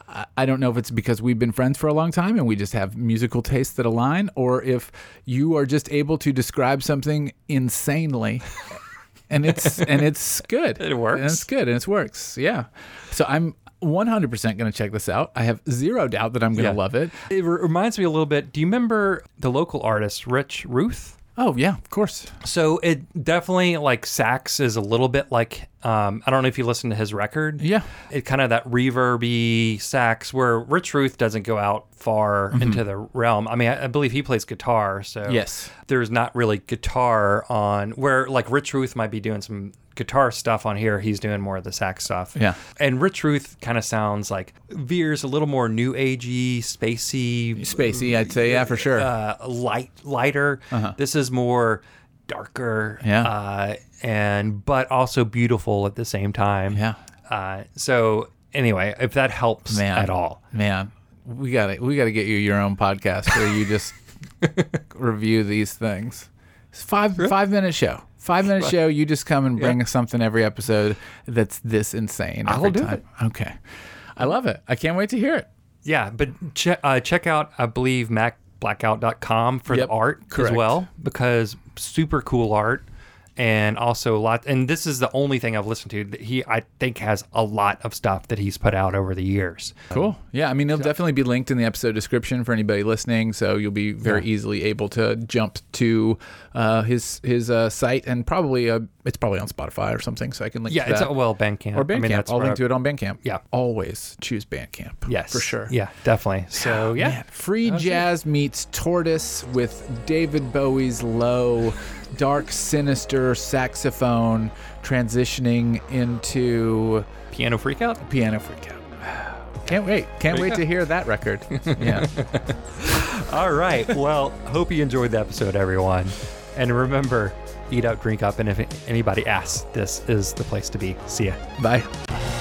S2: I- I don't know if it's because we've been friends for a long time and we just have musical tastes that align, or if you are just able to describe something insanely and it's and it's good.
S1: It works.
S2: And it's good and it works. Yeah. So I'm 100% going to check this out. I have zero doubt that I'm going to
S1: Yeah.
S2: love it.
S1: It re- reminds me a little bit. Do you remember the local artist Rich Ruth?
S2: Oh yeah, of course.
S1: So it definitely like sax is a little bit like um, I don't know if you listen to his record.
S2: Yeah.
S1: it kind of that reverby sax where Rich Ruth doesn't go out far
S2: Mm-hmm.
S1: into the realm. I mean, I, I believe he plays guitar, so
S2: Yes.
S1: there's not really guitar on where like Rich Ruth might be doing some guitar stuff on here. He's doing more of the sax stuff.
S2: Yeah.
S1: and Rich Ruth kind of sounds like veers a little more new agey, spacey,
S2: Spacey, I'd say yeah for sure.
S1: uh, light lighter. This is more darker,
S2: Uh-huh. Yeah.
S1: uh, and but also beautiful at the same time.
S2: Yeah.
S1: Uh, so anyway, if that helps
S2: Man.
S1: at all,
S2: Man, we got to we got to get you your own podcast where you just review these things. It's 5 5 minute show. 5 minute show you just come and bring us something every episode that's this insane
S1: I'll
S2: every
S1: do
S2: time. Okay. I love it. I can't wait to hear it.
S1: yeah. But che- uh, check out, I believe MacBlackout.com for
S2: Yep,
S1: the art
S2: correct.
S1: as well because super cool art. And also a lot, and this is the only thing I've listened to that he, I think, has a lot of stuff that he's put out over the years.
S2: Cool. Yeah, I mean, it'll definitely be linked in the episode description for anybody listening, so you'll be very easily able to jump to uh, his his uh, site and probably uh, it's probably on Spotify or something, so I can link
S1: Yeah,
S2: to
S1: it's
S2: that.
S1: a, well, Bandcamp.
S2: or Bandcamp.
S1: I mean, that's
S2: I'll
S1: where
S2: link
S1: I-
S2: to it on Bandcamp.
S1: Yeah.
S2: always choose Bandcamp.
S1: Yes,
S2: for sure. Oh,
S1: Yeah, definitely. So yeah,
S2: Man, free jazz meets tortoise with David Bowie's low, dark, sinister saxophone transitioning into
S1: piano freakout.
S2: piano freakout. Can't wait. Can't wait to hear that record. Yeah.
S1: All right. Well, hope you enjoyed the episode, everyone. And remember, eat up, drink up, and if anybody asks, this is the place to be. See ya.
S2: Bye.